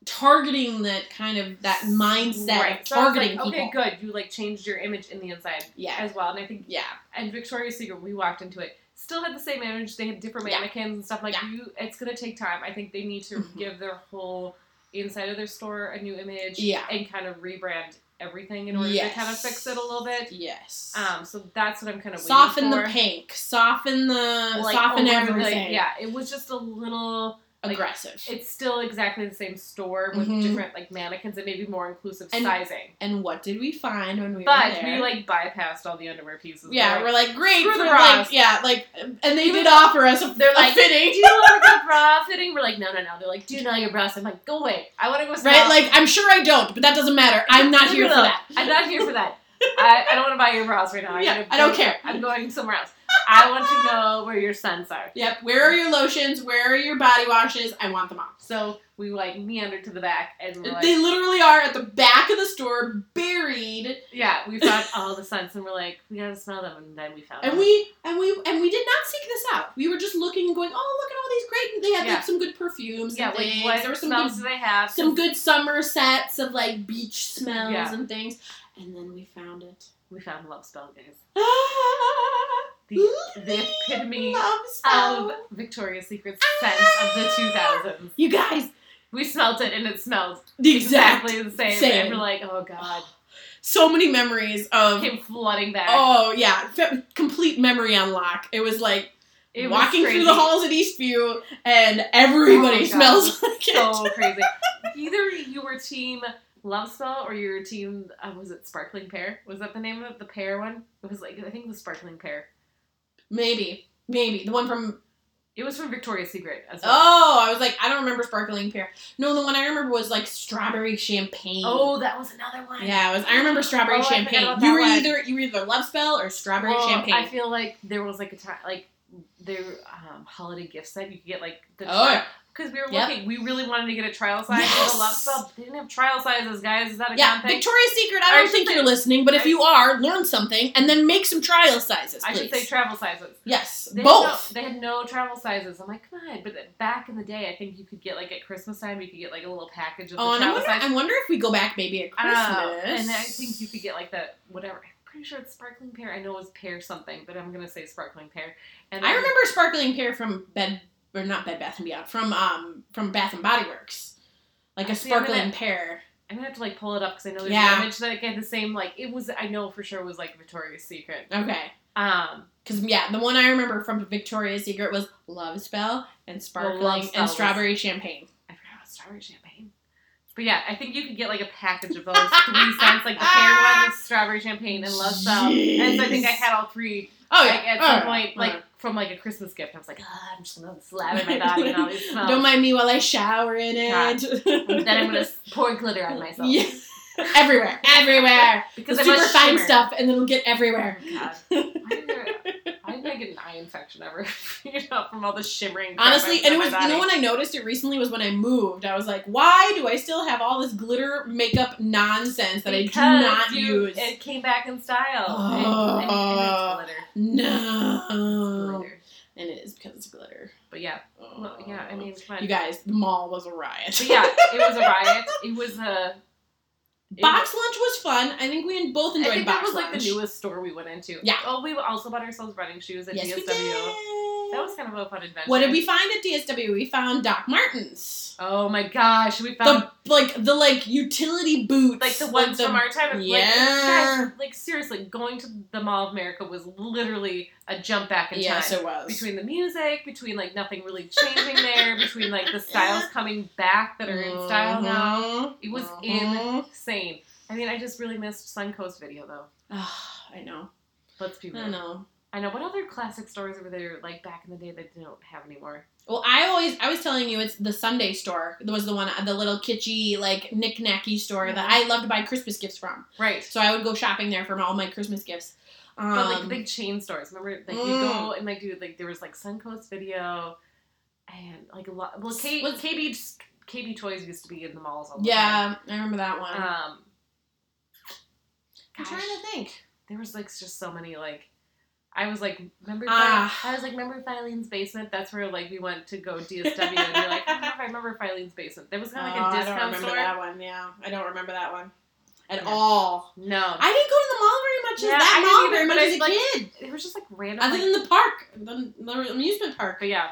targeting that kind of that mindset Right. of So I was targeting like, people. okay, good. You like changed your image in the inside Yeah, as well, and I think yeah, and Victoria's Secret, we walked into it. Still had the same image. They had different Yeah. mannequins and stuff like Yeah. you. It's gonna take time. I think they need to Mhm. give their whole inside of their store a new image. Yeah. And kind of rebrand everything in order Yes. to kind of fix it a little bit. yes. Um. So that's what I'm kind of soften the waiting for. pink, soften the, Like, soften over the- everything. yeah. It was just a little. like, aggressive It's still exactly the same store with Mhm. different like mannequins and maybe more inclusive And- sizing. and what did we find when we were But there? we like bypassed all the underwear pieces. yeah, They're we're like great Screw for the like bras. yeah, like and they Even did though- offer us a, They're a like, do fitting. you want to go bra fitting? We're like, no, no, no. They're like, do you know your bras? I'm like, go away. I want to go small. Right, like I'm sure I don't, but that doesn't matter. I'm not here for No, that. I'm not here for that. I, I don't want to buy your bras right now. I'm Yeah, gonna I don't go- care. I'm going somewhere else. I want to know where your scents are. Yep. Where are your lotions? Where are your body washes? I want them all. So we like meandered to the back and we're like, They literally are at the back of the store, buried, yeah, we found all the scents and we're like, we gotta smell them. And then we found and them. we and we and we did not seek this out. We were just looking and going, "Oh, look at all these great!" They had Yeah. like some good perfumes yeah, and like things. what there were some smells good, do they have? some good summer sets of like beach smells Yeah. and things, and then we found it. We found love spell, guys. The, the the epitome love of smell. Victoria's Secret scents of the 2000s. You guys, We smelt it and it smelled the exact exactly the same. same. And we're like, oh god, so many memories of. came flooding back. Oh yeah, Fe- complete memory unlock. It was like It was walking crazy. through the halls at Eastview, and everybody Oh my God. smells like it. So crazy. Either you were team love spell or you were team uh, was it sparkling pear? Was that the name of it? The pear one? It was like I think it was sparkling pear. Maybe, maybe the one from. It was from Victoria's Secret as well. Oh, I was like, I don't remember sparkling pear. No, the one I remember was like strawberry champagne. Oh, that was another one. Yeah, it was. I remember strawberry Oh, I forgot champagne. about You that were one. either you were either love spell or strawberry Well, champagne. I feel like there was like a time like their um, holiday gift set you could get like the oh, yeah. because we were Yep. looking. We really wanted to get a trial size for Yes. the love sub. They didn't have trial sizes, guys. Is that a Yeah, con thing? Victoria's Secret. I I don't should think say- you're listening, but if I- you are, learn something and then make some trial sizes, I please. should say travel sizes. yes, They both. Had no, they had no travel sizes. I'm like, come on. But then back in the day, I think you could get like at Christmas time, you could get like a little package of the Oh, and I travel wonder. size. I wonder if we go back maybe at Christmas. Uh, and I think you could get like that whatever. I'm pretty sure it's sparkling pear. I know it was pear something, but I'm gonna say sparkling pear. And I then- remember sparkling pear from Bed or not Bed Bath and Beyond from um from Bath and Body Works, like a See, I'm gonna- sparkling pear. I'm gonna have to like pull it up because I know there's Yeah. an image that had the same like it was. I know for sure was like Victoria's Secret. Okay. Um, Because yeah, the one I remember from Victoria's Secret was Love Spell and sparkling Spell and was- strawberry champagne. I forgot about strawberry champagne. But yeah, I think you could get like a package of those three cents, like the pear one, the strawberry champagne, and love some. And so I think I Jeez. had all three Oh yeah. like at Oh, some yeah. point, Oh, like yeah. from like a Christmas gift. I was like, ah, I'm just gonna slather my body in all these smells. Don't mind me while I shower in God. it. And then I'm gonna pour glitter on myself Yeah. everywhere, everywhere. because Because I super must fine shimmer. stuff, and it'll get Oh, everywhere. God. Why did I- why did I get an eye infection ever? you know, from all the shimmering. crap I Honestly, put and it on my was you know body. when I noticed it recently was when I moved. I was like, why do I still have all this glitter makeup nonsense that I Because do not you- use? It came back in style. Oh. and, and, and it's glitter. no, Glitter. and it is because it's glitter. Oh. But yeah, well, yeah. I mean, come on. you guys, the mall was a riot. But yeah, it was a riot. It was a. it box lunch was fun. I think we was- both I enjoyed think box that was lunch. like the newest store we went into. Yeah. Oh, we also bought ourselves running shoes at yes, DSW. we did. That was kind of a fun adventure. What did we find at DSW? We found Doc Martens. Oh my gosh, we found The like the like utility boots, like the ones from our time. Like, Yeah. guys, like seriously, going to the Mall of America was literally a jump back in yes, time. it was Between the music, between like nothing really changing there, between like the styles coming back that are in Uh-huh. style now. Mhm. It was Mhm. insane. I mean, I just really missed Suncoast video though. Ah, I know. Let's be real. I know. I know. What other classic stores were there like back in the day that they don't have anymore? Well, I always I was telling you it's the Sunday store was the one the little kitschy like knickknacky Uh-huh. store that I loved to buy Christmas gifts from. Right. So I would go shopping there for all my Christmas gifts. Um, Mm. but like the big chain stores. Remember, like you go and like do like there was like Suncoast Video, and like a lot. Well, K, Was- KB KB Toys used to be in the malls all the yeah, I remember that one. time. Um. I'm Gosh, trying to think. there was like just so many like. I was like, remember? Ah. Phy- I was like, remember Filene's basement? That's where like we went to go DSW, and you're like, I don't know if I remember Filene's basement. There was kind of Oh, like a I don't discount remember store. that one. Yeah, I don't remember that one at Yeah. all. No, I didn't go to the mall very much Yeah, as that I didn't mall either, very but much I as a like- kid. it was just like random. Other like- than the park, the, the amusement park. But yeah,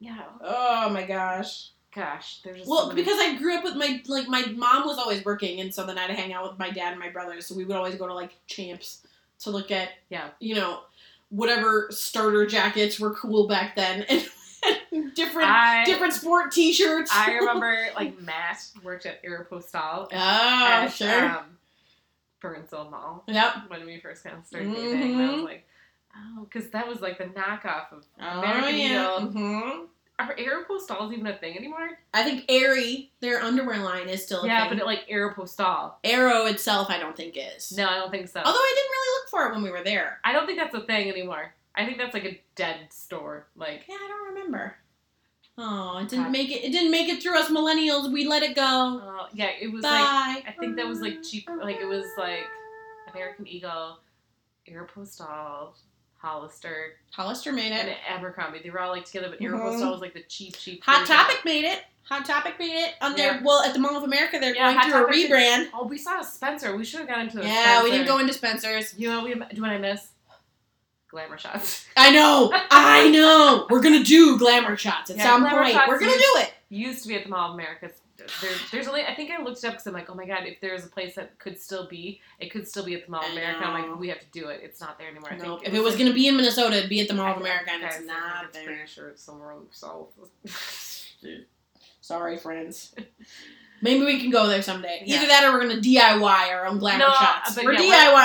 yeah. Oh my gosh. Gosh, there's just so Well, many- because I grew up with my like my mom was always working, and so then I'd hang out with my dad and my brothers. So we would always go to like Champs to look at Yeah. you know whatever starter jackets were cool back then, and different I, different sport T-shirts. I remember like Matt worked at Aeropostal oh at sure, um, Burnsville Mall yep. when we first kind of started dating. And I was Mhm. like, oh, because that was like the knockoff of. Oh yeah. Eagle. hmm Are Aeropostals even a thing anymore? I think Aerie, their underwear line, is still a Yeah, but thing. it, like Aeropostal. Arrow itself, I don't think is. No, I don't think so. Although I didn't really look for it when we were there. I don't think that's a thing anymore. I think that's like a dead store. Like, Yeah, I don't remember. Oh, it didn't God. make it. It didn't make it through us millennials. We let it go. uh, yeah, it was like Bye. I think that was like cheap. Like it was like American Eagle, Aeropostale, Hollister, Hollister made and it. Abercrombie. They were all like together, but Mhm. Aeropostale was like the cheap, cheap. Hot version. Topic made it. Hot Topic made it on their Yeah. well at the Mall of America. They're Yeah, Hot going through a Topic is- rebrand. Oh, we saw a Spencer. We should have gotten to. A Yeah, Spencer. we didn't go into Spencer's. You know, what we do you know what I miss glamour shots. I know. I know. We're gonna do glamour shots at Yeah, some glamour point. shots We're gonna is- do it. Used to be at the Mall of America. There, there's only I think I looked it up because I'm like, oh my god, if there's a place that could still be, it could still be at the Mall of I America. I'm know. like, we have to do it. It's not there anymore. I Nope. think If it was like- gonna be in Minnesota, it'd be at the Mall I of think- America, and okay, it's so not it's Pretty there. sure it's somewhere in the south. Sorry, friends. Maybe we can go there someday. Yeah. Either that, or we're gonna DIY our own glamour shots. but We're yeah,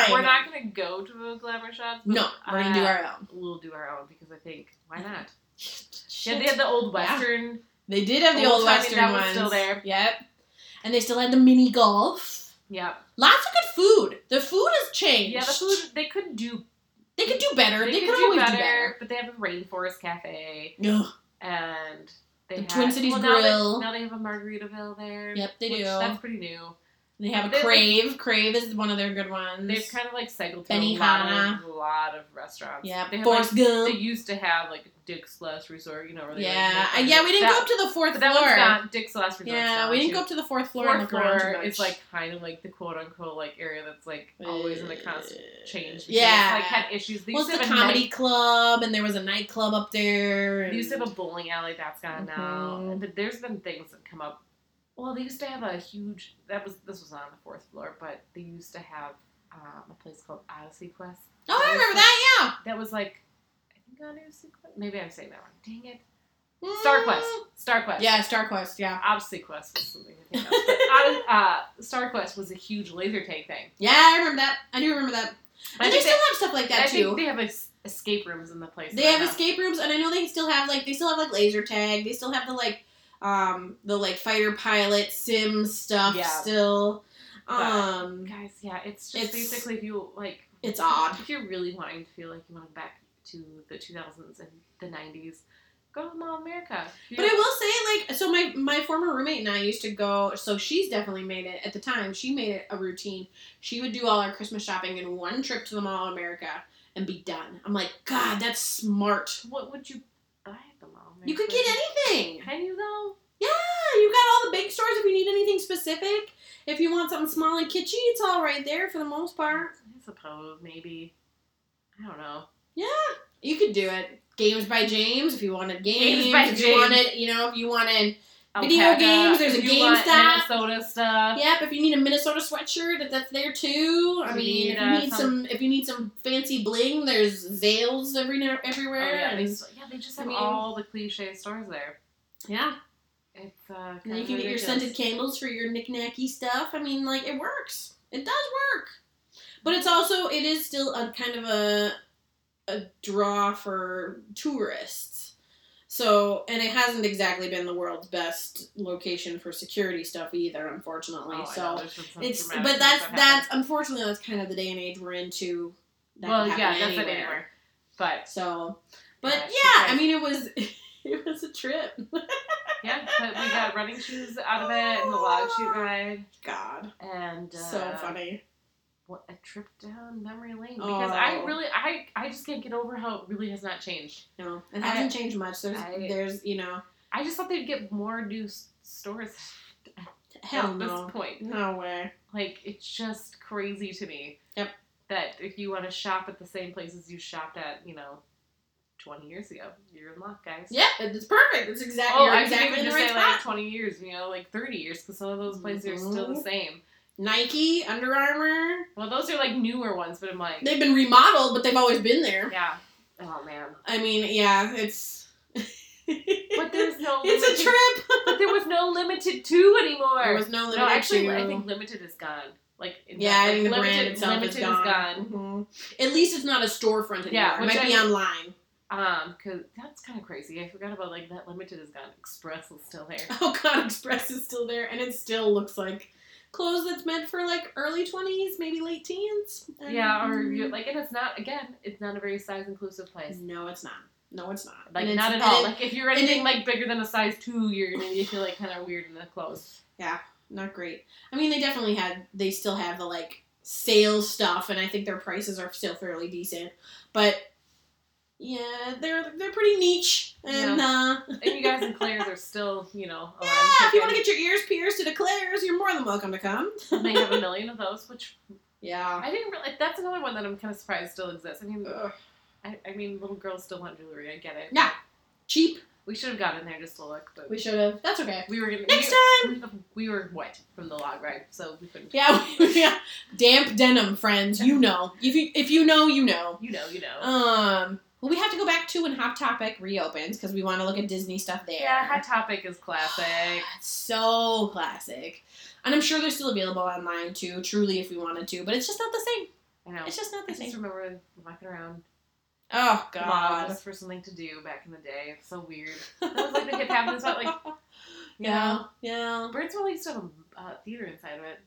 DIYing. We're, it. not gonna go to a glamour shop. but, No, we're gonna do uh, our own. We'll do our own because I think why not? Yeah, Shit. they had the old Yeah. western. They did have the Old old timey, western that ones. one's still there. Yep. And they still had the mini golf. Yeah, Lots of good food. The food has yeah. changed. the food they could do. They could do better. They, could, do always better, do better. but they have a rainforest cafe No. and. They The had- Twin Cities well, now they- Grill. now they have a Margaritaville there. Yep, they which do. That's pretty new. They have a They like- Crave. Crave is one of their good ones. They've kind of like cycled through a lot, Benihana. of, lot of restaurants. yeah, they had, like, Force Grill. They used to have like Dick's Last Resort, you know. Where they, like, yeah, make Uh, yeah. them- We didn't that, go up to the fourth But that floor. one's not Dick's Last Resort. yeah, style, we didn't too. go up to the fourth floor and Fourth look around too floor much. is like kind of like the quote unquote like area that's like always in a constant change. because, Eh. Yeah, like had issues. They was used to the have a comedy night- club, and there was a nightclub up there. They used to and- have a bowling alley that's gone now, Mhm. but there's been things that come up. Well, they used to have a huge. That was this was not on the fourth floor, but they used to have um, a place called Odyssey Quest. oh, I remember that. That was like, I think Odyssey Quest. Maybe I'm saying that wrong. Dang it. Yeah, Mm. Star Quest. Star Quest. Yeah, Star Quest. Yeah, Odyssey Quest was something. I think of, but, uh, Star Quest was a huge laser tag thing. yeah, I remember that. I do remember that. I And they think still they- have stuff like that I too. think they have es- escape rooms in the place. They right have now. escape rooms, and I know they still have like they still have like laser tag. They still have the like um the like fighter pilot sim stuff Yeah. still. Um, Guys, yeah, it's just It's- basically if you like, it's odd. if you're really wanting to feel like you want to back to the 2000s and the 90s, go to Mall of America. If But you- I will say, like, so my my former roommate and I used to go. So she's definitely made it at the time. She made it a routine. She would do all our Christmas shopping in one trip to the Mall of America and be done. I'm like, God, that's smart. What would you buy at the Mall? of America? You could get anything. Can you though? Yeah, you got all the big stores. If you need anything specific, if you want something small and kitschy, it's all right there for the most part. I suppose maybe. I don't know. Yeah, you could do it. Games by James, if you wanted games, Games by if you James. wanted, you know, if you wanted. Video Alpaca, games, there's a if you want GameStop. Minnesota stuff. Yep, if you need a Minnesota sweatshirt, that that's there too. I You mean, need, if you uh, need some- some, if you need some fancy bling, there's Zales every now- Oh, everywhere. yeah, they, and- s- yeah, they just have I mean- all the cliche stores there. yeah, It's uh, kind and then you of can get your ridiculous. scented candles for your knickknacky stuff. I mean, like it works. It does work, but it's also it is still a kind of a a draw for tourists. So, and it hasn't exactly been the world's best location for security stuff either, unfortunately. Oh, I know, so there's been some it's dramatic but things that's that happen. that's unfortunately that's kind of the day and age we're into. That well, can happen yeah, that's anywhere. it anywhere. But So, but Yeah, yeah, it's I because- mean, it was it was a trip. yeah, but we got running shoes out of it and the log shoot ride God, and uh, so funny. What a trip down memory lane because I Oh. really I I just can't get over how it really has not changed. No, it I- hasn't changed much. There's I- there's you know I just thought they'd get more new s- stores hell at no this point. no way. Like it's just crazy to me. Yep. That if you want to shop at the same places you shopped at, you know, twenty years ago, you're in luck, guys. Yep, it's perfect. It's exactly Oh, you're I exactly can in even the just right say spot. like 20 years, you know, like 30 years, because some of those places are still the Mhm. same. Nike, Under Armour, Well, those are like newer ones, but I'm like, they've been remodeled, but they've always been there. yeah. Oh man, I mean, yeah, it's but there's no. it's a limited- trip. But there was no limited two anymore. There was no limit. no, actually, to- I think limited is gone. Like in Yeah, I like, think the limited, brand itself limited is gone. Mhm. At least it's not a storefront anymore. Yeah, it which might I- be online. Um, cause that's kind of crazy. I forgot about like that. Limited is gone. Express is still there. Oh God Express is still there, and it still looks like clothes that's meant for like early twenties, maybe late teens. I yeah, or don't you, know. like, and it's not. Again, it's not a very size inclusive place. no, it's not. No, it's not. Like Mm. And not it's- at and all. it- like if you're and anything it- like bigger than a size two, you're gonna be- feel like kind of weird in the clothes. not great. I mean, they definitely had. They still have the like sales stuff, and I think their prices are still fairly decent. But yeah, they're they're pretty niche, and uh, And you guys in Claire's are still, you know, a yeah, if you want to get your ears pierced at Eclairs, you're more than welcome to come. they have a million of those, which Yeah. I didn't really. That's another one that I'm kind of surprised still exists. I mean, Ugh. I, I mean, little girls still want jewelry. I get it. Yeah. Cheap. We should have gotten there just to look, but We we, should have. That's okay. were gonna. Next we, time. we were wet from the log ride, so we couldn't. Yeah, yeah. Damp denim, friends. You know. If you if you know, you know. You know, you know. Um. Well, we have to go back to when Hot Topic reopens because we want to look at Disney stuff there. yeah, Hot Topic is classic. That's so classic. And I'm sure they're still available online too, truly, if we wanted to. But it's just not the same. I know. It's just not I the just same. remember walking around Oh the mall God. just for something to do back in the day. It's so weird. That was like the hip hop. It's not like you yeah, know. yeah. Birdsville used to have a uh, theater inside of it.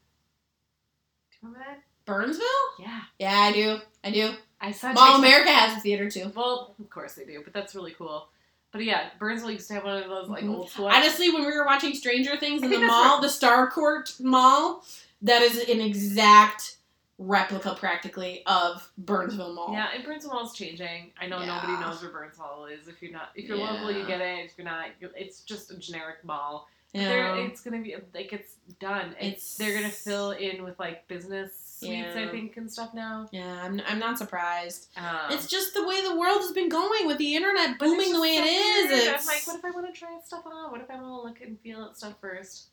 Do you remember that? Burnsville? Yeah, Yeah, I do. I do. I saw. Mall Jason- America has a theater too. Well, of course they do, but that's really cool. But yeah, Burnsville used to have one of those like Mhm. old school. Honestly, when we were watching Stranger Things I in the think that's mall, the Star Court Mall, that is an exact replica practically of Burnsville Mall. yeah, and Burnsville Mall's changing. I know nobody Yeah. knows where Burnsville is. If you're not, if you're Yeah. local, you get it. If you're not, you- it's just a generic mall. But Yeah. they're- it's gonna be like it's done. It's- It's, they're gonna fill in with like business suites, Yeah. I think, and stuff now. Yeah, I'm, I'm not surprised. Um, it's just the way the world has been going with the internet but it's booming the just way so it is. weird. It's, I'm like, what if I want to try stuff on? What if I want to look and feel at stuff first?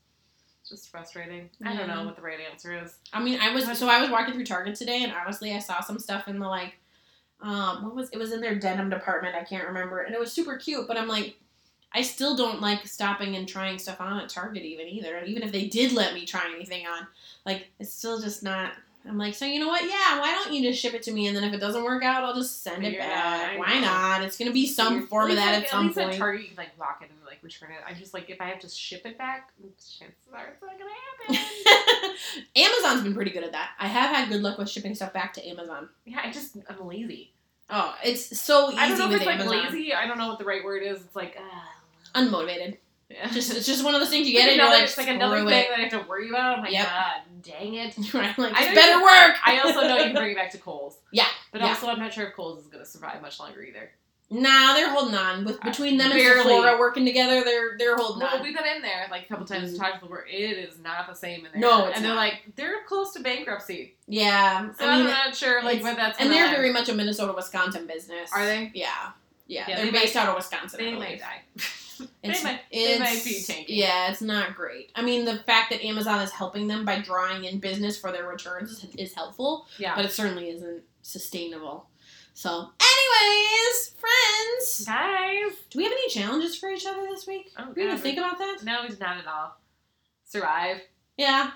It's just frustrating. I don't Yeah. know what the right answer is. I mean, I was What- so I was walking through Target today, and honestly, I saw some stuff in the like, um, what was it was in their denim department. I can't remember, and it was super cute. But I'm like, I still don't like stopping and trying stuff on at Target even either. And even if they did let me try anything on, like it's still just not. I'm like, so you know what? Yeah, why don't you just ship it to me, and then if it doesn't work out, I'll just send it Figure it back. out, I why know. not? It's gonna be some You're- form of least, that like, at some least point. At Target, you can, like lock it and like return it. I'm just like, if I have to ship it back, chances are it's not gonna happen. Amazon's been pretty good at that. I have had good luck with shipping stuff back to Amazon. yeah, I just I'm lazy. Oh, it's so easy I don't know if with it's like Amazon. lazy. I don't know what the right word is. It's like, uh, unmotivated. yeah. Just it's just one of those things you get and you're Another- like, it's like screw another thing it. that I have to worry about. I'm like, Yep. God, dang it. Right, like, I it's know better you- work. I also know you can bring it back to Coles. Yeah, But yeah. also, I'm not sure if Coles is going to survive much longer either. Nah, they're holding on. With I- between them and barely. Sephora working together, they're they're holding Well, on. we've been in there like a couple times to talk to the world. It is not the same in there. No, it's and they're not. like they're close to bankruptcy. yeah, So I I am mean, not sure like it's- what that's. and gonna they're end. very much a Minnesota Wisconsin business. Are they? Yeah. Yeah, Yeah, they're they based out of Wisconsin. I They believe. might die. They It's, might- they might it's- be tanking. Yeah, it's not great. I mean, the fact that Amazon is helping them by drawing in business for their returns is, is helpful, yeah. but it certainly isn't sustainable. So, anyways, friends, Guys. do we have any challenges for each other this week? Oh, Did we even God. think about that? No, it's not at all. Survive. Yeah,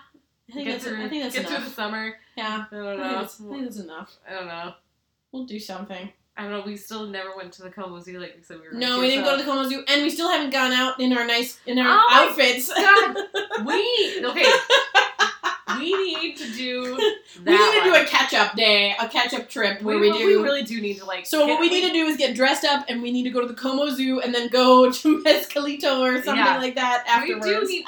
I think get that's through. I think that's get enough. through the summer. yeah, I don't I know. think, that's, I think that's enough. I don't know. We'll do something. I don't know. We still never went to the Como Zoo like we said we were. No, we didn't go to the Como Zoo, and we still haven't gone out in our nice in our Oh my outfits. God, we okay. we need to do. we need to that do one. a catch up day, a catch up trip where we, we, do. we really do need to like. so get- what we need to do is get dressed up, and we need to go to the Como Zoo, and then go to Mezcalito or something Yeah. like that We do afterwards. need.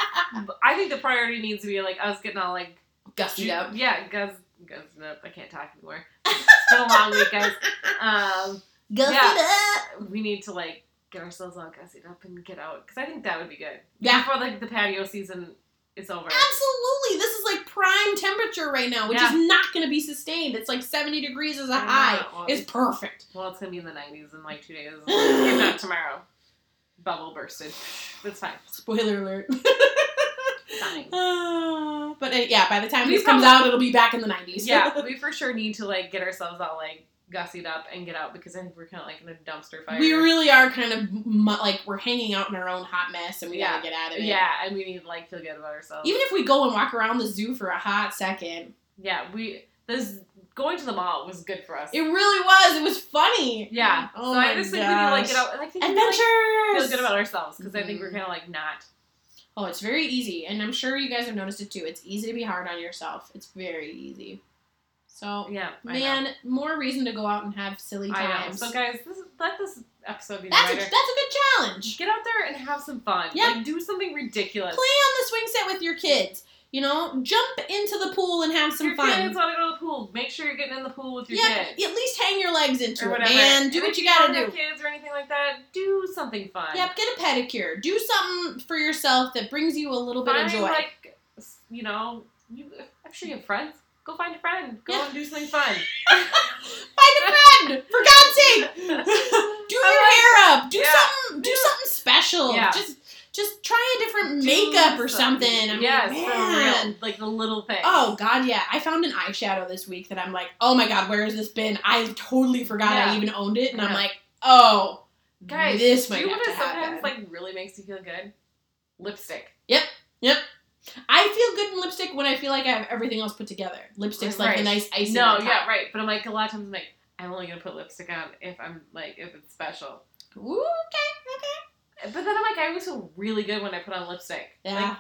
I think the priority needs to be like us getting all like. gussied up. Yeah, guz guzzed up. I can't talk anymore. It's been a long week, guys. Um, Gussied Yeah. up. we need to like get ourselves all gussied up and get out because I think that would be good. Yeah. Before like the patio season is over. Absolutely. This is like prime temperature right now, which Yeah. is not going to be sustained. It's like 70 degrees as a I know. high. Well, It's perfect. well, it's gonna be in the 90s in like two days, if not tomorrow. Bubble bursted. That's fine. Spoiler alert. Fine. Ah, but uh, yeah, by the time We this comes probably- out, it'll be back in the 90s. Yeah, we for sure need to like get ourselves all like gussied up and get out because I think we're kind of like in a dumpster fire. we really are kind of mu- like we're hanging out in our own hot mess and we Yeah. gotta get out of it. yeah, and we need to like feel good about ourselves. Even if we go and walk around the zoo for a hot second, yeah, we this going to the mall was good for us. it really was. It was funny. yeah, Oh so my I just think we need to like gosh. get out. and I think we need to, like, Adventures. feel good about ourselves because I think we're Mhm. kind of like not. Oh, it's very easy, and I'm sure you guys have noticed it too. It's easy to be hard on yourself. It's very easy. So, Yeah, I know. man, more reason to go out and have silly I know. times. So guys, this, let this episode be that's a, lighter. that's a good challenge. Get out there and have some fun. Yeah. Like, do something ridiculous. Play on the swing set with your kids. You know, jump into the pool and have some your fun. kids want to go to the pool. Make sure you're getting in the pool with your yeah, kids. at least hang your legs into or it, whatever. man. Do And what if you gotta don't do. have kids or anything like that, do something fun. Yep, get a pedicure. Do something for yourself that brings you a little bit Find, of joy. like, s- you know, you, I'm sure you have friends. Go find a friend. Go Yeah. and do something fun. Find a friend, for God's sake. Do your hair up. Do Yeah. something. Do something special. Yeah. Just, just try a different Do makeup or something. I mean, yes, man. for real. Like the little things. Oh God, yeah. I found an eyeshadow this week that I'm like, oh my God, where has this been? I totally forgot I Yeah. even owned it, and I'm Yeah. like, oh, guys, this do might you know have what to it sometimes happen. like really makes you feel good? Lipstick. I feel good in lipstick when I feel like I have everything else put together. Lipstick's like the Right. nice icing. no, on top. yeah, right. But I'm like a lot of times I'm like I'm only gonna put lipstick on if I'm like if it's special. Ooh, okay, okay. But then I'm like I always feel really good when I put on lipstick. Yeah. Like,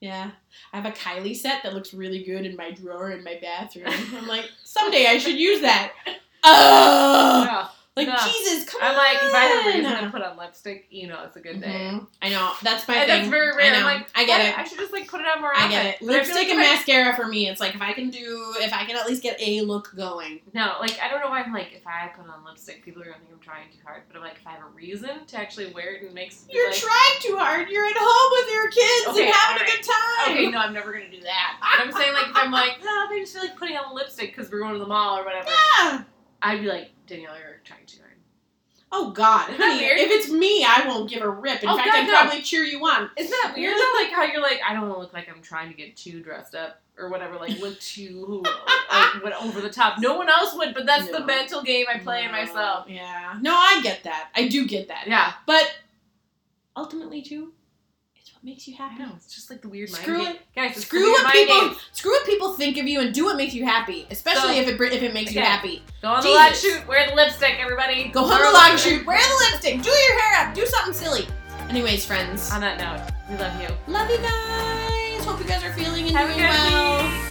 yeah. I have a Kylie set that looks really good in my drawer in my bathroom. I'm like, someday I should use that. Oh, yeah. Like No. Jesus, come I'm on. like, if I have a reason to put on lipstick, you know, it's a good day. Mhm. I know that's my And thing. that's very I rare. know. I'm like, I get what? it. I should just like put it on more I often. get it. But I feel Lipstick like and if I- mascara for me. It's like if I can do, if I can at least get a look going. No, like I don't know why I'm like if I put on lipstick, people are gonna think I'm trying too hard. But I'm like if I have a reason to actually wear it and makes You're like, trying too hard. You're at home with your kids Okay, and having alright. a good time. okay, no, I'm never gonna do that. But I'm saying like if I'm like no, I just feel like putting on lipstick because we're going to the mall or whatever. Yeah. I'd be like Danielle, you're trying too hard. Oh God, Isn't that honey, weird? if it's me, I won't give a rip. In Oh, fact, God, I'd no. probably cheer you on. Isn't that weird though? Like how you're like I don't want to look like I'm trying to get too dressed up or whatever. Like look too like, what over the top. No one else would, but that's the No. mental game I play in No. myself. Yeah. No, I get that. I do get that. Yeah, But ultimately, too, it's what makes you I happy. know. It's just like the weird mind Screw game. guys. it's the Screw weird what mind people game. screw what people think of you and do what makes you happy. Especially So- if it br- if it makes you Again. happy. Go on Jesus. the log shoot. Wear the lipstick, everybody. Go on the log shoot. Wear the lipstick. Do your hair up. Do something silly. Anyways, friends, Um, On that note, we love you. love you guys. Hope you guys are feeling and Have a doing good well. week.